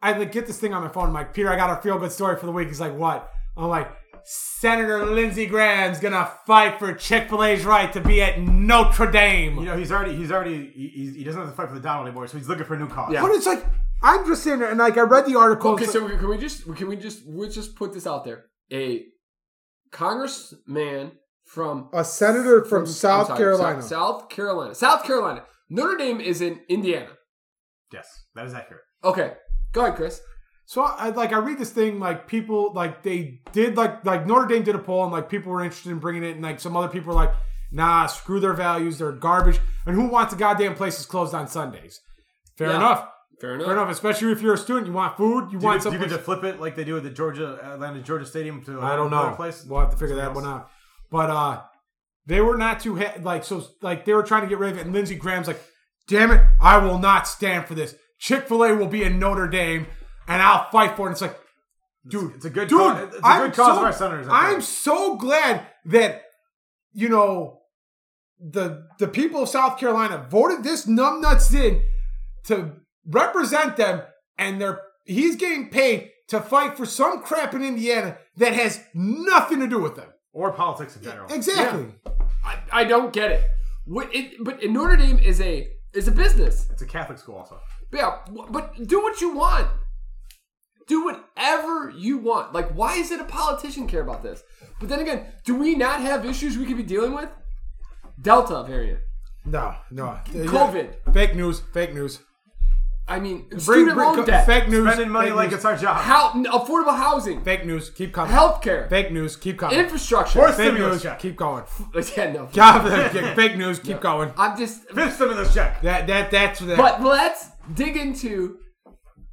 I like get this thing on my phone. I'm like, Peter, I got a feel good story for the week. He's like, what? I'm like, Senator Lindsey Graham's gonna fight for Chick Fil A's right to be at Notre Dame. you know, he's already, he's already, he, he's- he doesn't have to fight for the dollar anymore, so he's looking for a new cause. Yeah. But it's like, I'm just sitting there and like I read the article. Okay, it's so can we just can we just we'll just put this out there? A congressman from like, a senator from I'm South sorry, Carolina. South, South Carolina, South Carolina. Notre Dame is in Indiana. Yes, that is accurate. Okay, go ahead, Chris. So I like I read this thing like people like they did like like Notre Dame did a poll and like people were interested in bringing it and like some other people were like nah screw their values they're garbage and who wants a goddamn place that's closed on Sundays? Fair Yeah. enough, Fair enough. fair enough. Especially if you're a student, you want food, you Do you, want get, do you something. get to flip it like they do at the Georgia Atlanta Georgia Stadium to I don't another know. place? We'll have to figure that Something one else. out. But uh they were not too ha- like so like they were trying to get rid of it, and Lindsey Graham's like, "Damn it, I will not stand for this. Chick Fil A will be in Notre Dame, and I'll fight for it." And it's like, dude, It's a good, dude, cause, it's a I'm good cause so- of our senators. I I'm think. so glad that you know the the people of South Carolina voted this numbnuts in to represent them, and they're he's getting paid to fight for some crap in Indiana that has nothing to do with them. or politics in general. Exactly. I, I don't get it. What it but Notre Dame is a is a business. It's a Catholic school, also. Yeah, w- but do what you want. Do whatever you want. Like, why is it a politician care about this? But then again, do we not have issues we could be dealing with? Delta variant, No, no. COVID. Fake news. Fake news. I mean, Bring- student bring- loan debt. Fake news. Spending money fake like news, it's our job. How affordable housing, fake news. Keep coming. healthcare, Fake news. Keep coming. infrastructure. Or- fake Stimulus news. check. Keep going. yeah, no. God, fake news. Keep going. I'm just. Fifth stimulus check. That that that's that. But let's dig into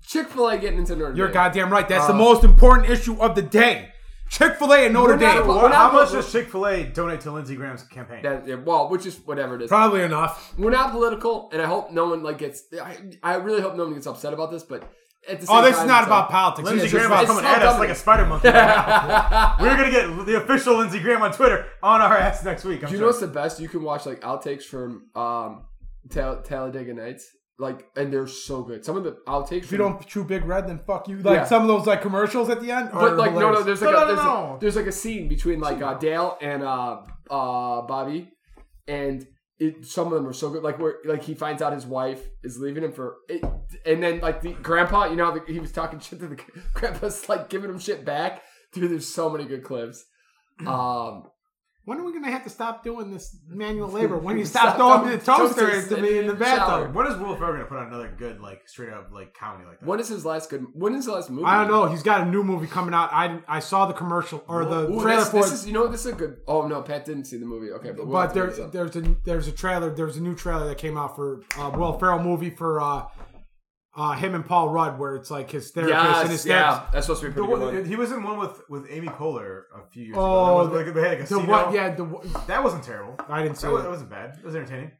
Chick Fil A getting into Notre Dame. You're goddamn right. That's the most important issue of the day. Chick Fil A and Notre We're not Dame. a- What, how not- much does Chick Fil A donate to Lindsey Graham's campaign? That- yeah, well, which is whatever it is. Probably enough. We're not political, and I hope no one like gets. I, I really hope no one gets upset about this, but at the same Oh, this is time, not it's about like- politics. Lindsey It's just Graham about- is it's coming so at us dominant. like a spider monkey. right now. We're gonna get the official Lindsey Graham on Twitter on our ass next week. I'm Do you know sure. what's the best? You can watch like outtakes from um Tal- Talladega Nights, like, and they're so good. Some of the outtakes. if you don't chew Big Red, then fuck you. Like Yeah. some of those like commercials at the end. are But like no no hilarious. there's like No, a, no, no, there's, no. A, there's like a scene between like uh, Dale and uh uh Bobby, and it some of them are so good like where like he finds out his wife is leaving him for it, and then like the grandpa you know how the, he was talking shit to the grandpa's like giving him shit back dude there's so many good clips. Um, When are we gonna have to stop doing this manual labor? When you Stop stop throwing throwing the toaster toasters into me in the in the shower. bathtub? When is Will Ferrell gonna put on another good, like straight up, like comedy like that? when is his last good? When is the last movie? I don't know. He's got a new movie coming out. I I saw the commercial or the Ooh, trailer this, for this it. is you know what, this is a good. Oh no, Pat didn't see the movie. Okay, but, we'll have to But there, look this up. there's a there's a trailer. There's a new trailer that came out for uh, Will Ferrell movie for uh, uh, him and Paul Rudd, where it's like his therapist and his yes, therapist. yeah, that's supposed to be a The pretty one- good one. he was in one with with Amy Poehler a few years Oh, ago. That was, like, they had The a casino. what? Yeah, the one- That wasn't terrible. I didn't see That, was, it. that wasn't bad. It was entertaining.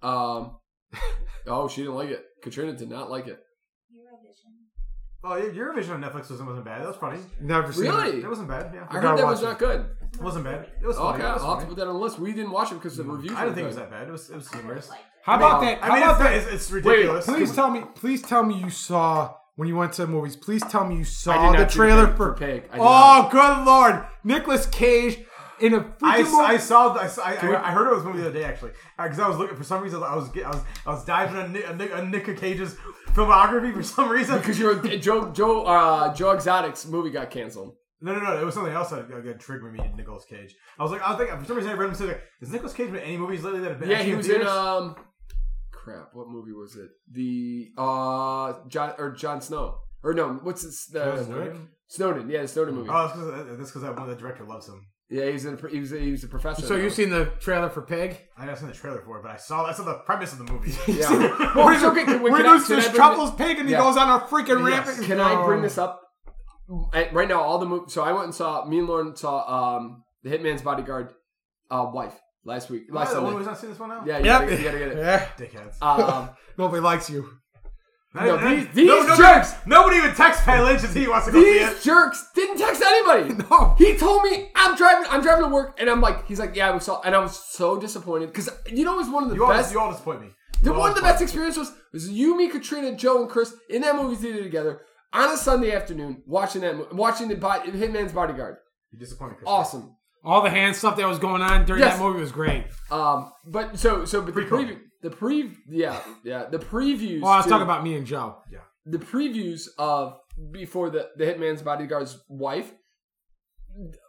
Um, oh, she didn't like it. Katrina did not like it. Eurovision. Well, Oh, your- your vision on Netflix wasn't wasn't bad. That was funny. Never seen. It. Really? It wasn't bad. Yeah, I gotta heard that watch was it. not good. it wasn't bad. It was funny. Okay, It was I'll have to funny. put that on the list. We didn't watch it because the reviews. Mm-hmm. I were didn't think it was good. that bad. It was it was humorous. Like it. How about that? How I mean, about it's, not, that? it's, it's ridiculous. Please tell me. Please tell me you saw when you went to the movies. Please tell me you saw not the see trailer Pig- for, for Pig. I did Oh, good lord! Nicolas Cage in a freaking I, movie. I saw I, saw- I, I, I heard it was movie the other day actually because I was looking for some reason I was get- I was I was diving on Nick, on Nick, on Nick Cage's filmography for some reason. because you were Joe Joe uh, Joe Exotic's movie got canceled. No, no, no. It was something else that, that triggered me. Nicolas Cage. I was like, I was thinking for some reason I read him say like, is Nicolas Cage been in any movies lately that have been? Yeah, actually he was in theaters? um, crap. What movie was it? The uh John or John Snow or no? What's this? The, Snowden? Snowden. Yeah, the Snowden movie. uh, Oh, that's because that's because that one the director loves him. Yeah, he's in. He was. He was a professor. So though. you've seen the trailer for Pig? I haven't seen the trailer for it, but I saw that's the premise of the movie. Yeah. Well, it's okay. Can, Oh, we- can I- Reduce can I this bring trouble's the- pig and Yeah. on a freaking Yes. Can I Oh. bring this up? I- right now, all the movies. So I went and saw. Me and Lauren saw um, the Hitman's Bodyguard, uh, wife last week. Why Last the one Sunday. who's not seen this one now? Yeah, you, Yep. gotta, you gotta get it. Yeah. Dickheads. Um, Nobody likes you. no, I- I- these- these nobody- jerks! Nobody even texts Pat Lynch and he wants to go see it. these jerks didn't text anybody. No. He told me I'm driving. I'm driving to work, and I'm like, he's like, yeah, we saw, and I was so disappointed because you know it was one of the You all, best. you all disappoint me. The, You all one of the disappoint best experiences was, was you, me, Katrina, Joe, and Chris in that movie theater together on a Sunday afternoon watching that mo- watching the body, Hitman's Bodyguard. me. You disappoint me. Chris. Awesome. All the hand stuff that was going on during Yes. that movie was great. Um, but so so but the Pre-COVID. preview, the pre yeah yeah the previews. Well, Oh, I was to- talking about me and Joe. the previews of before the the Hitman's Bodyguard's wife.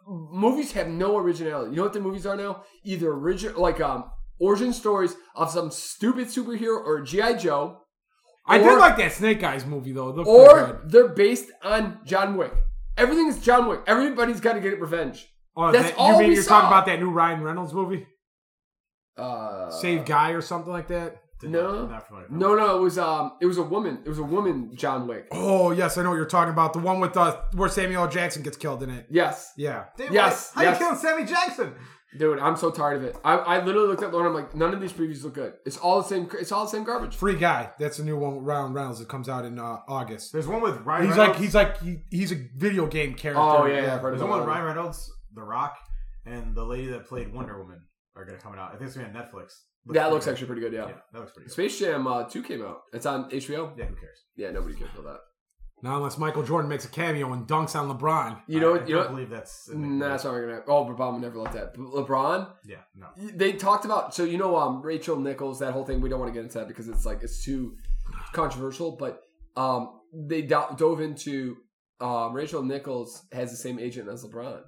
Movies have no originality. You know what the movies are now? Either origin like um origin stories of some stupid superhero or GI Joe, I Or- did like that Snake Eyes movie though. It looked pretty or good. they're based on John Wick. Everything is John Wick. Everybody's got to get revenge. Oh, that's that, you all mean we you're saw. talking about that new Ryan Reynolds movie, Uh, Save Guy or something like that? Did No. Not, not familiar. No, no, it was um, it was a woman. It was a woman, John Wick. Oh yes, I know what you're talking about. The one with uh, where Samuel L. Jackson gets killed in it. Yes, Yeah. Dude, Yes, why- How yes. you killing Sammy Jackson? dude, I'm so tired of it. I, I literally looked at Lauren. I'm like, none of these previews look good. It's all the same. It's all the same garbage. Free Guy. That's the new one with Ryan Reynolds that comes out in uh, August. There's one with Ryan. He's Reynolds. like he's like he, he's a video game character. Oh yeah, yeah, I've heard There's of one that with one. Ryan Reynolds, The Rock, and the lady that played Wonder Woman are gonna come out. I think it's gonna be on Netflix. That looks pretty actually pretty good. good. Yeah. Yeah, that looks pretty. Good. Space Jam uh, Two came out. It's on HBO. Yeah, who cares? Yeah, nobody cares about that. Not unless Michael Jordan makes a cameo and dunks on LeBron. You know I, I what? You know. don't what? believe that's. in the- Nah, that's not gonna. Oh, LeBron would never let that. But LeBron. Yeah, no. They talked about so you know um Rachel Nichols that whole thing. We don't want to get into that because it's like it's too controversial. But um they do- dove into um Rachel Nichols has the same agent as LeBron,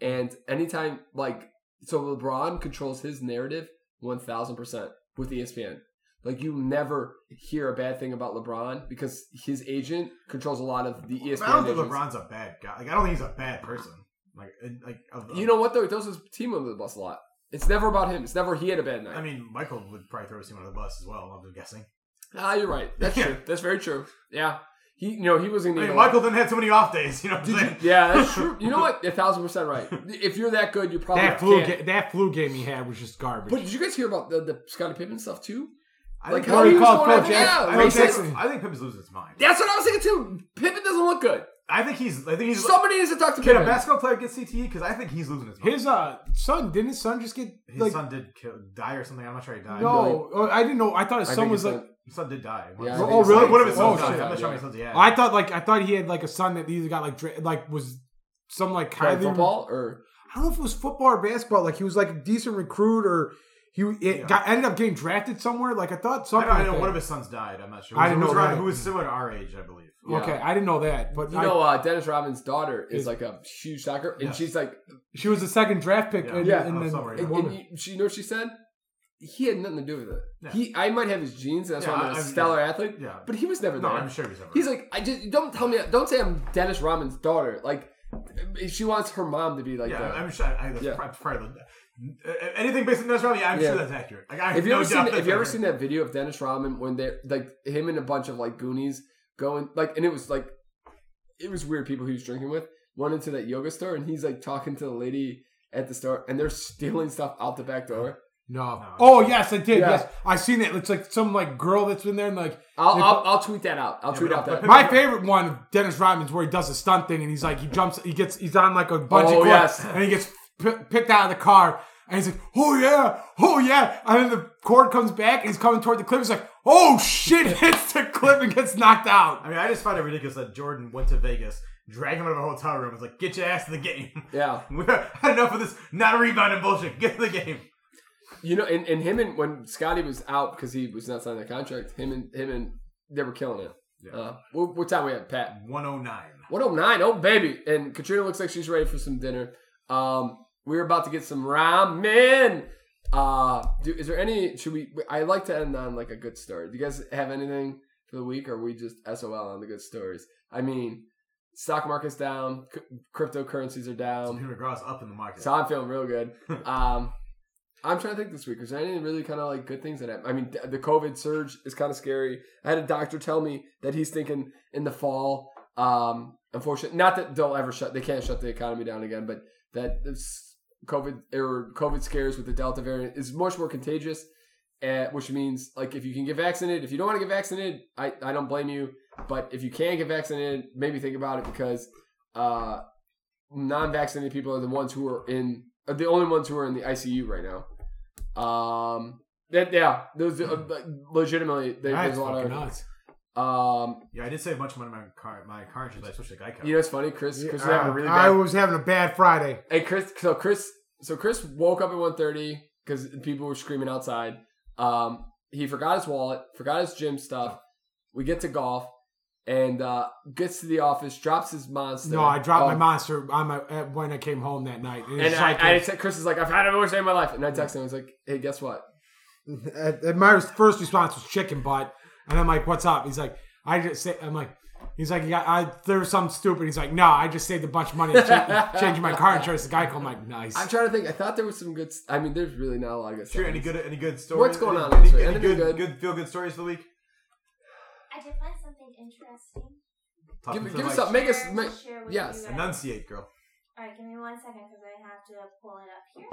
and anytime like so LeBron controls his narrative one thousand percent with E ESPN. Like you never hear a bad thing about LeBron because his agent controls a lot of the E ESPN. I don't think agents. LeBron's a bad guy. Like I don't think he's a bad person. Like and- like of- You know what though? It throws his team under the bus a lot. It's never about him. It's never he had a bad night. I mean, Michael would probably throw his team under the bus as well. I'm guessing. ah, you're right. That's true. That's very true. Yeah, he. You know, he was in. I the. mean, Michael didn't have so many off days. You know what I'm saying? Yeah, that's true. You know what? A thousand percent right. If you're that good, you probably That flu Oh, can't. ga- that flu game he had was just garbage. But did you guys hear about the, the Scottie Pippen stuff too? I Like think how Well, he he was called going after Phil Jackson- yeah, I think, Phil racist. Jackson. I think Pippen's losing his mind. That's what I was thinking too. Pippen doesn't look good. I think he's. I think he's. Somebody needs to talk to Can Pippen. a basketball player get CTE? Because I think he's losing his mind. his uh son didn't his son just get His like son did kill, die or something. I'm not sure he died. no? oh, I didn't know. I thought his I son think was it's like. a- His son did die. Yeah, I One think of his- his son- One of his oh, sons died. shit. I'm not sure how many Yeah. sons he had. I thought like I thought he had like a son that either got like dra- like was some like playing highly. football or I don't know if it was football or basketball. Like he was like a decent recruit or he it Yeah. got ended up getting drafted somewhere. Like I thought I something. don't I like know that. one of his sons died. I'm not sure. I Who didn't was know around- that. Who was similar to our age, I believe. Yeah. Okay, I didn't know that, but you I- know uh, Dennis Rodman's daughter is Is- like a huge soccer, and Yeah. she's like she was the second draft pick. Yeah. and, Yeah. and Oh, then sorry. a And- woman. and you- she, you know what she said? He had nothing to do with it. Yeah. He, I might have his genes, and that's Yeah, why I'm I- a I- stellar athlete. Yeah. But he was never No, there. I'm sure he's never. He's like, I just don't tell me, don't say I'm Dennis Rodman's daughter. Like, she wants her mom to be like yeah, that. I'm sure. I, that's Yeah. prob- probably, uh, anything based on Nestor, yeah, I'm Yeah. sure that's accurate. Like, I have you no ever seen? doubt Have that's you ever accurate. seen that video of Dennis Rodman when they are like him and a bunch of like Goonies going like, and it was like, it was weird. People he was drinking with went into that yoga store, and he's like talking to the lady at the store, and they're stealing stuff out the back door. No. No. Oh yes, I did. Yeah. Yes, I seen it. It's like some like girl that's been there and like I'll They- I'll, I'll tweet that out. I'll Yeah, tweet but- out that. but- My favorite one, of Dennis Rodman's, where he does the stunt thing and he's like, he jumps, he gets, he's on like a bunch Oh, of yes. and he gets p- picked out of the car and he's like, oh yeah, oh yeah. And then the cord comes back and he's coming toward the clip. He's like, oh shit, hits the clip and gets knocked out. I mean, I just find it ridiculous that Jordan went to Vegas, dragged him out of a hotel room, was like, "Get your ass to the game. Yeah. We've had enough of this not rebounding bullshit. Get to the game." You know, and, and him and when Scotty was out because he was not signing the contract, him and him and they were killing it. Yeah. Uh, what, what time we at, Pat? 109. 109, oh baby. And Katrina looks like she's ready for some dinner. Um, we're about to get some ramen. Uh, do, is there any? Should we? I like to end on like a good story. Do you guys have anything for the week, or we just SOL on the good stories? I mean, Stock market's down. C- cryptocurrencies are So down. Peter McGraw's up in the market. So I'm feeling real good. Um, I'm trying to think this week. Is there any really kind of like good things that happened? I mean, th- the COVID surge is kind of scary. I had a doctor tell me that he's thinking in the fall. Um, unfortunately, not that they'll ever shut. They can't shut the economy down again, but that this COVID or COVID scares with the Delta variant is much more contagious. Uh, which means, like, if you can get vaccinated, if you don't want to get vaccinated, I, I don't blame you. But if you can get vaccinated, maybe think about it because uh, non-vaccinated people are the ones who are in are the only ones who are in the ICU right now. Um, that yeah, those uh, like, legitimately they, That's there's a lot fucking of nuts. um. yeah, I did save a bunch of money on my car, my car insurance. but I switched to Geico. You know, it's funny, Chris. Chris was Yeah, having a really I bad. was having a bad Friday. Hey, Chris. So Chris. So Chris woke up at 1.30 because people were screaming outside. Um, he forgot his wallet, forgot his gym stuff. We get to golf, and uh, gets to the office, drops his monster. No, I dropped Oh, my monster on my at- when I came home that night. And I, I, te- Chris is like, I've had it worst day of my life, and I text him. I was like, Hey, guess what? and my first response was chicken butt, and I'm like, "What's up?" He's like, "I just say," I'm like, "He's like, yeah, I, there was something stupid." He's like, "No, I just saved a bunch of money and cha- changing my car insurance to Geico." I'm like, "Nice." I'm trying to think. I thought there was some good. s- I mean, there's really not a lot of good. Sure, stuff. any good any good stories? What's going any, on Any, this week? any Anything good, good? good feel good stories of the week? I did find something interesting. Talking Give- to give the us something. mic. Make us- Share- make- share with yes. you guys. Enunciate, girl. All right, give me one second because I have to pull it up here.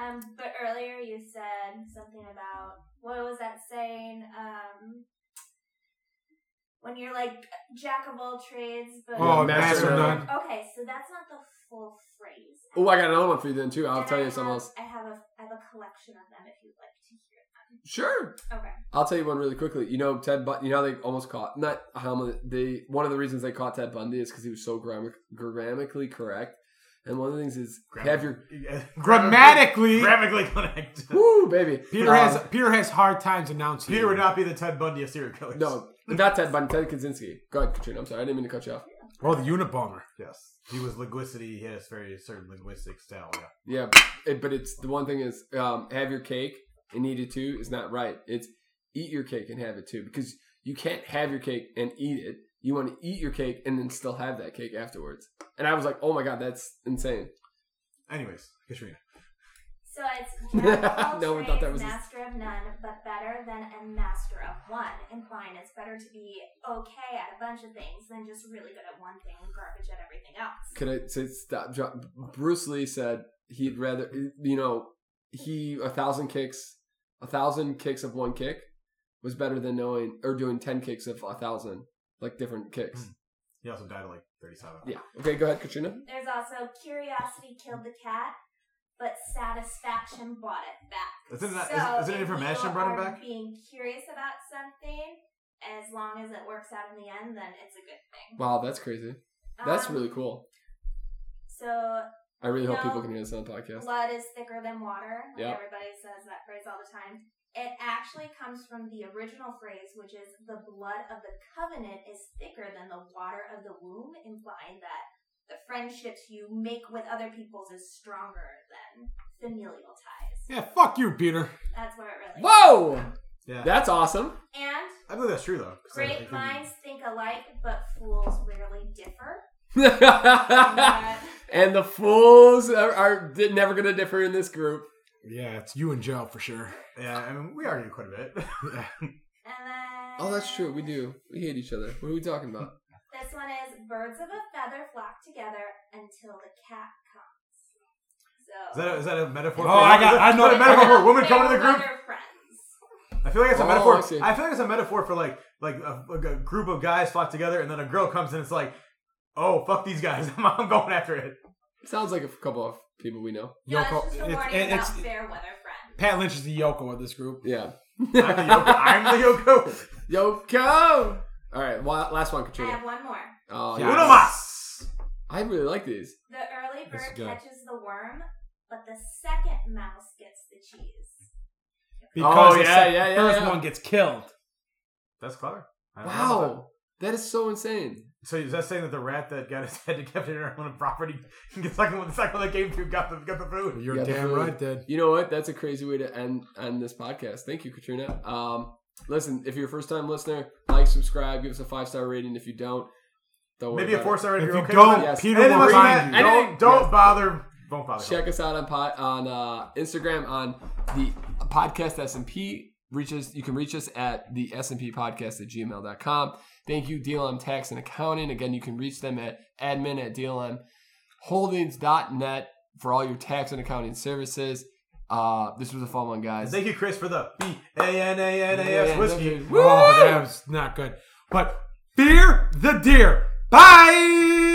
Um, but earlier you said something about what was that saying? Um, when you're like jack of all trades, but oh, Yeah, master master none. okay, so that's not the full phrase. Oh, I got another one for you then too. I'll And tell I you something have- else. I have a I have a collection of them if you'd like to hear them. Sure. Okay. I'll tell you one really quickly. You know Ted Bundy. You know how they almost caught not Hamlet. They one of the reasons they caught Ted Bundy is because he was so grammar, grammatically correct. And one of the things is have your Grammatically, grammatically connect. woo baby. Peter Um, has Peter has hard times announcing. Peter would not be the Ted Bundy of serial killers. Um, no, not Ted Bundy. Ted Kaczynski. Go ahead, Katrina. I'm sorry, I didn't mean to cut you off. Oh, the Unabomber. Yes, he was linguistically. He had a very certain linguistic style. Yeah. Yeah, but, it, but it's the one thing is um, have your cake and eat it too is not right. It's eat your cake and have it too because you can't have your cake and eat it. You want to eat your cake and then still have that cake afterwards. And I was like, oh my god, that's insane. Anyways, Katrina. So it's jack of all No one trades, thought that was a- master of none, but better than a master of one, implying it's better to be okay at a bunch of things than just really good at one thing and garbage at everything else. Could I say stop? Drop. Bruce Lee said he'd rather you know he a thousand kicks, a thousand kicks of one kick was better than knowing or doing ten kicks of a thousand like different kicks. He also died at like 37. Yeah. Okay. Go ahead, Katrina. There's also curiosity killed the cat, but satisfaction brought it back. Isn't that- so isn't- isn't it if information you brought it are back? Being curious about something, as long as it works out in the end, then it's a good thing. Wow, that's crazy. That's Um, really cool. So I really hope No. people can hear this on the podcast. Blood is thicker than water. Like Yep. Everybody says that phrase all the time. It actually comes from the original phrase, which is the blood of the covenant is thicker than the water of the womb, implying that the friendships you make with other peoples is stronger than familial ties. Yeah, fuck you, Peter. That's where it really Whoa, Yeah. that's awesome. And I believe that's true though. 'cause I- I great think- minds think alike, but fools rarely differ. and But- the fools are, are di- never going to differ in this group. Yeah, it's you in jail for sure. Yeah, I mean, we argue quite a bit. Yeah. and then Oh, that's true. We do. We hate each other. What are we talking about? This one is birds of a feather flock together until the cat comes. Is So that a, is that a metaphor? Oh, I got- I know Is that the a metaphor for They're a woman coming to the group. feather Friends. I feel like it's a Oh, metaphor. I see. I, feel like it's a metaphor for like like a, like a group of guys flock together, and then a girl comes and it's like, oh fuck these guys, I'm, I'm going after it. Sounds like a couple of people we know. No, it's Yoko, just a it's- warning it's- about fair weather friends. Pat Lynch is the Yoko of this group. Yeah. I'm the Yoko. I'm the Yoko. Yoko. All right. Well, last one, I Katrina. have one more. Oh, Yeah. yeah. Uno mas. I really like these. The early This is bird good. catches the worm, but the second mouse gets the cheese. Because Oh, the yeah, sec- yeah, yeah, first yeah. one gets killed. That's clever. I don't know about that. Wow, that is so insane. So is that saying that the rat that got his head decapitated on a property, the second one, the second one that came through got the got the food? You're Yeah, damn definitely. right, dude. You know what? That's a crazy way to end end this podcast. Thank you, Katrina. Um, listen, if you're a first time listener, like, subscribe, give us a five star rating. If you don't, Don't worry Maybe a about four star If rating. you you're okay don't, with it. Yes. Peter Anything will less than find that, you. Don't, Anything- don't bother. Don't bother. it. Check us out on pod, on uh, Instagram on the podcast S and P reaches. You can reach us at the S and P podcast at gmail.com. Thank you, DLM Tax and Accounting. Again, you can reach them at admin at DLMholdings.net for all your tax and accounting services. Uh, this was a fun one, guys. Thank you, Chris, for the B A N A N A Yeah, S whiskey. definitely. Oh, that was not good. But fear the deer. Bye.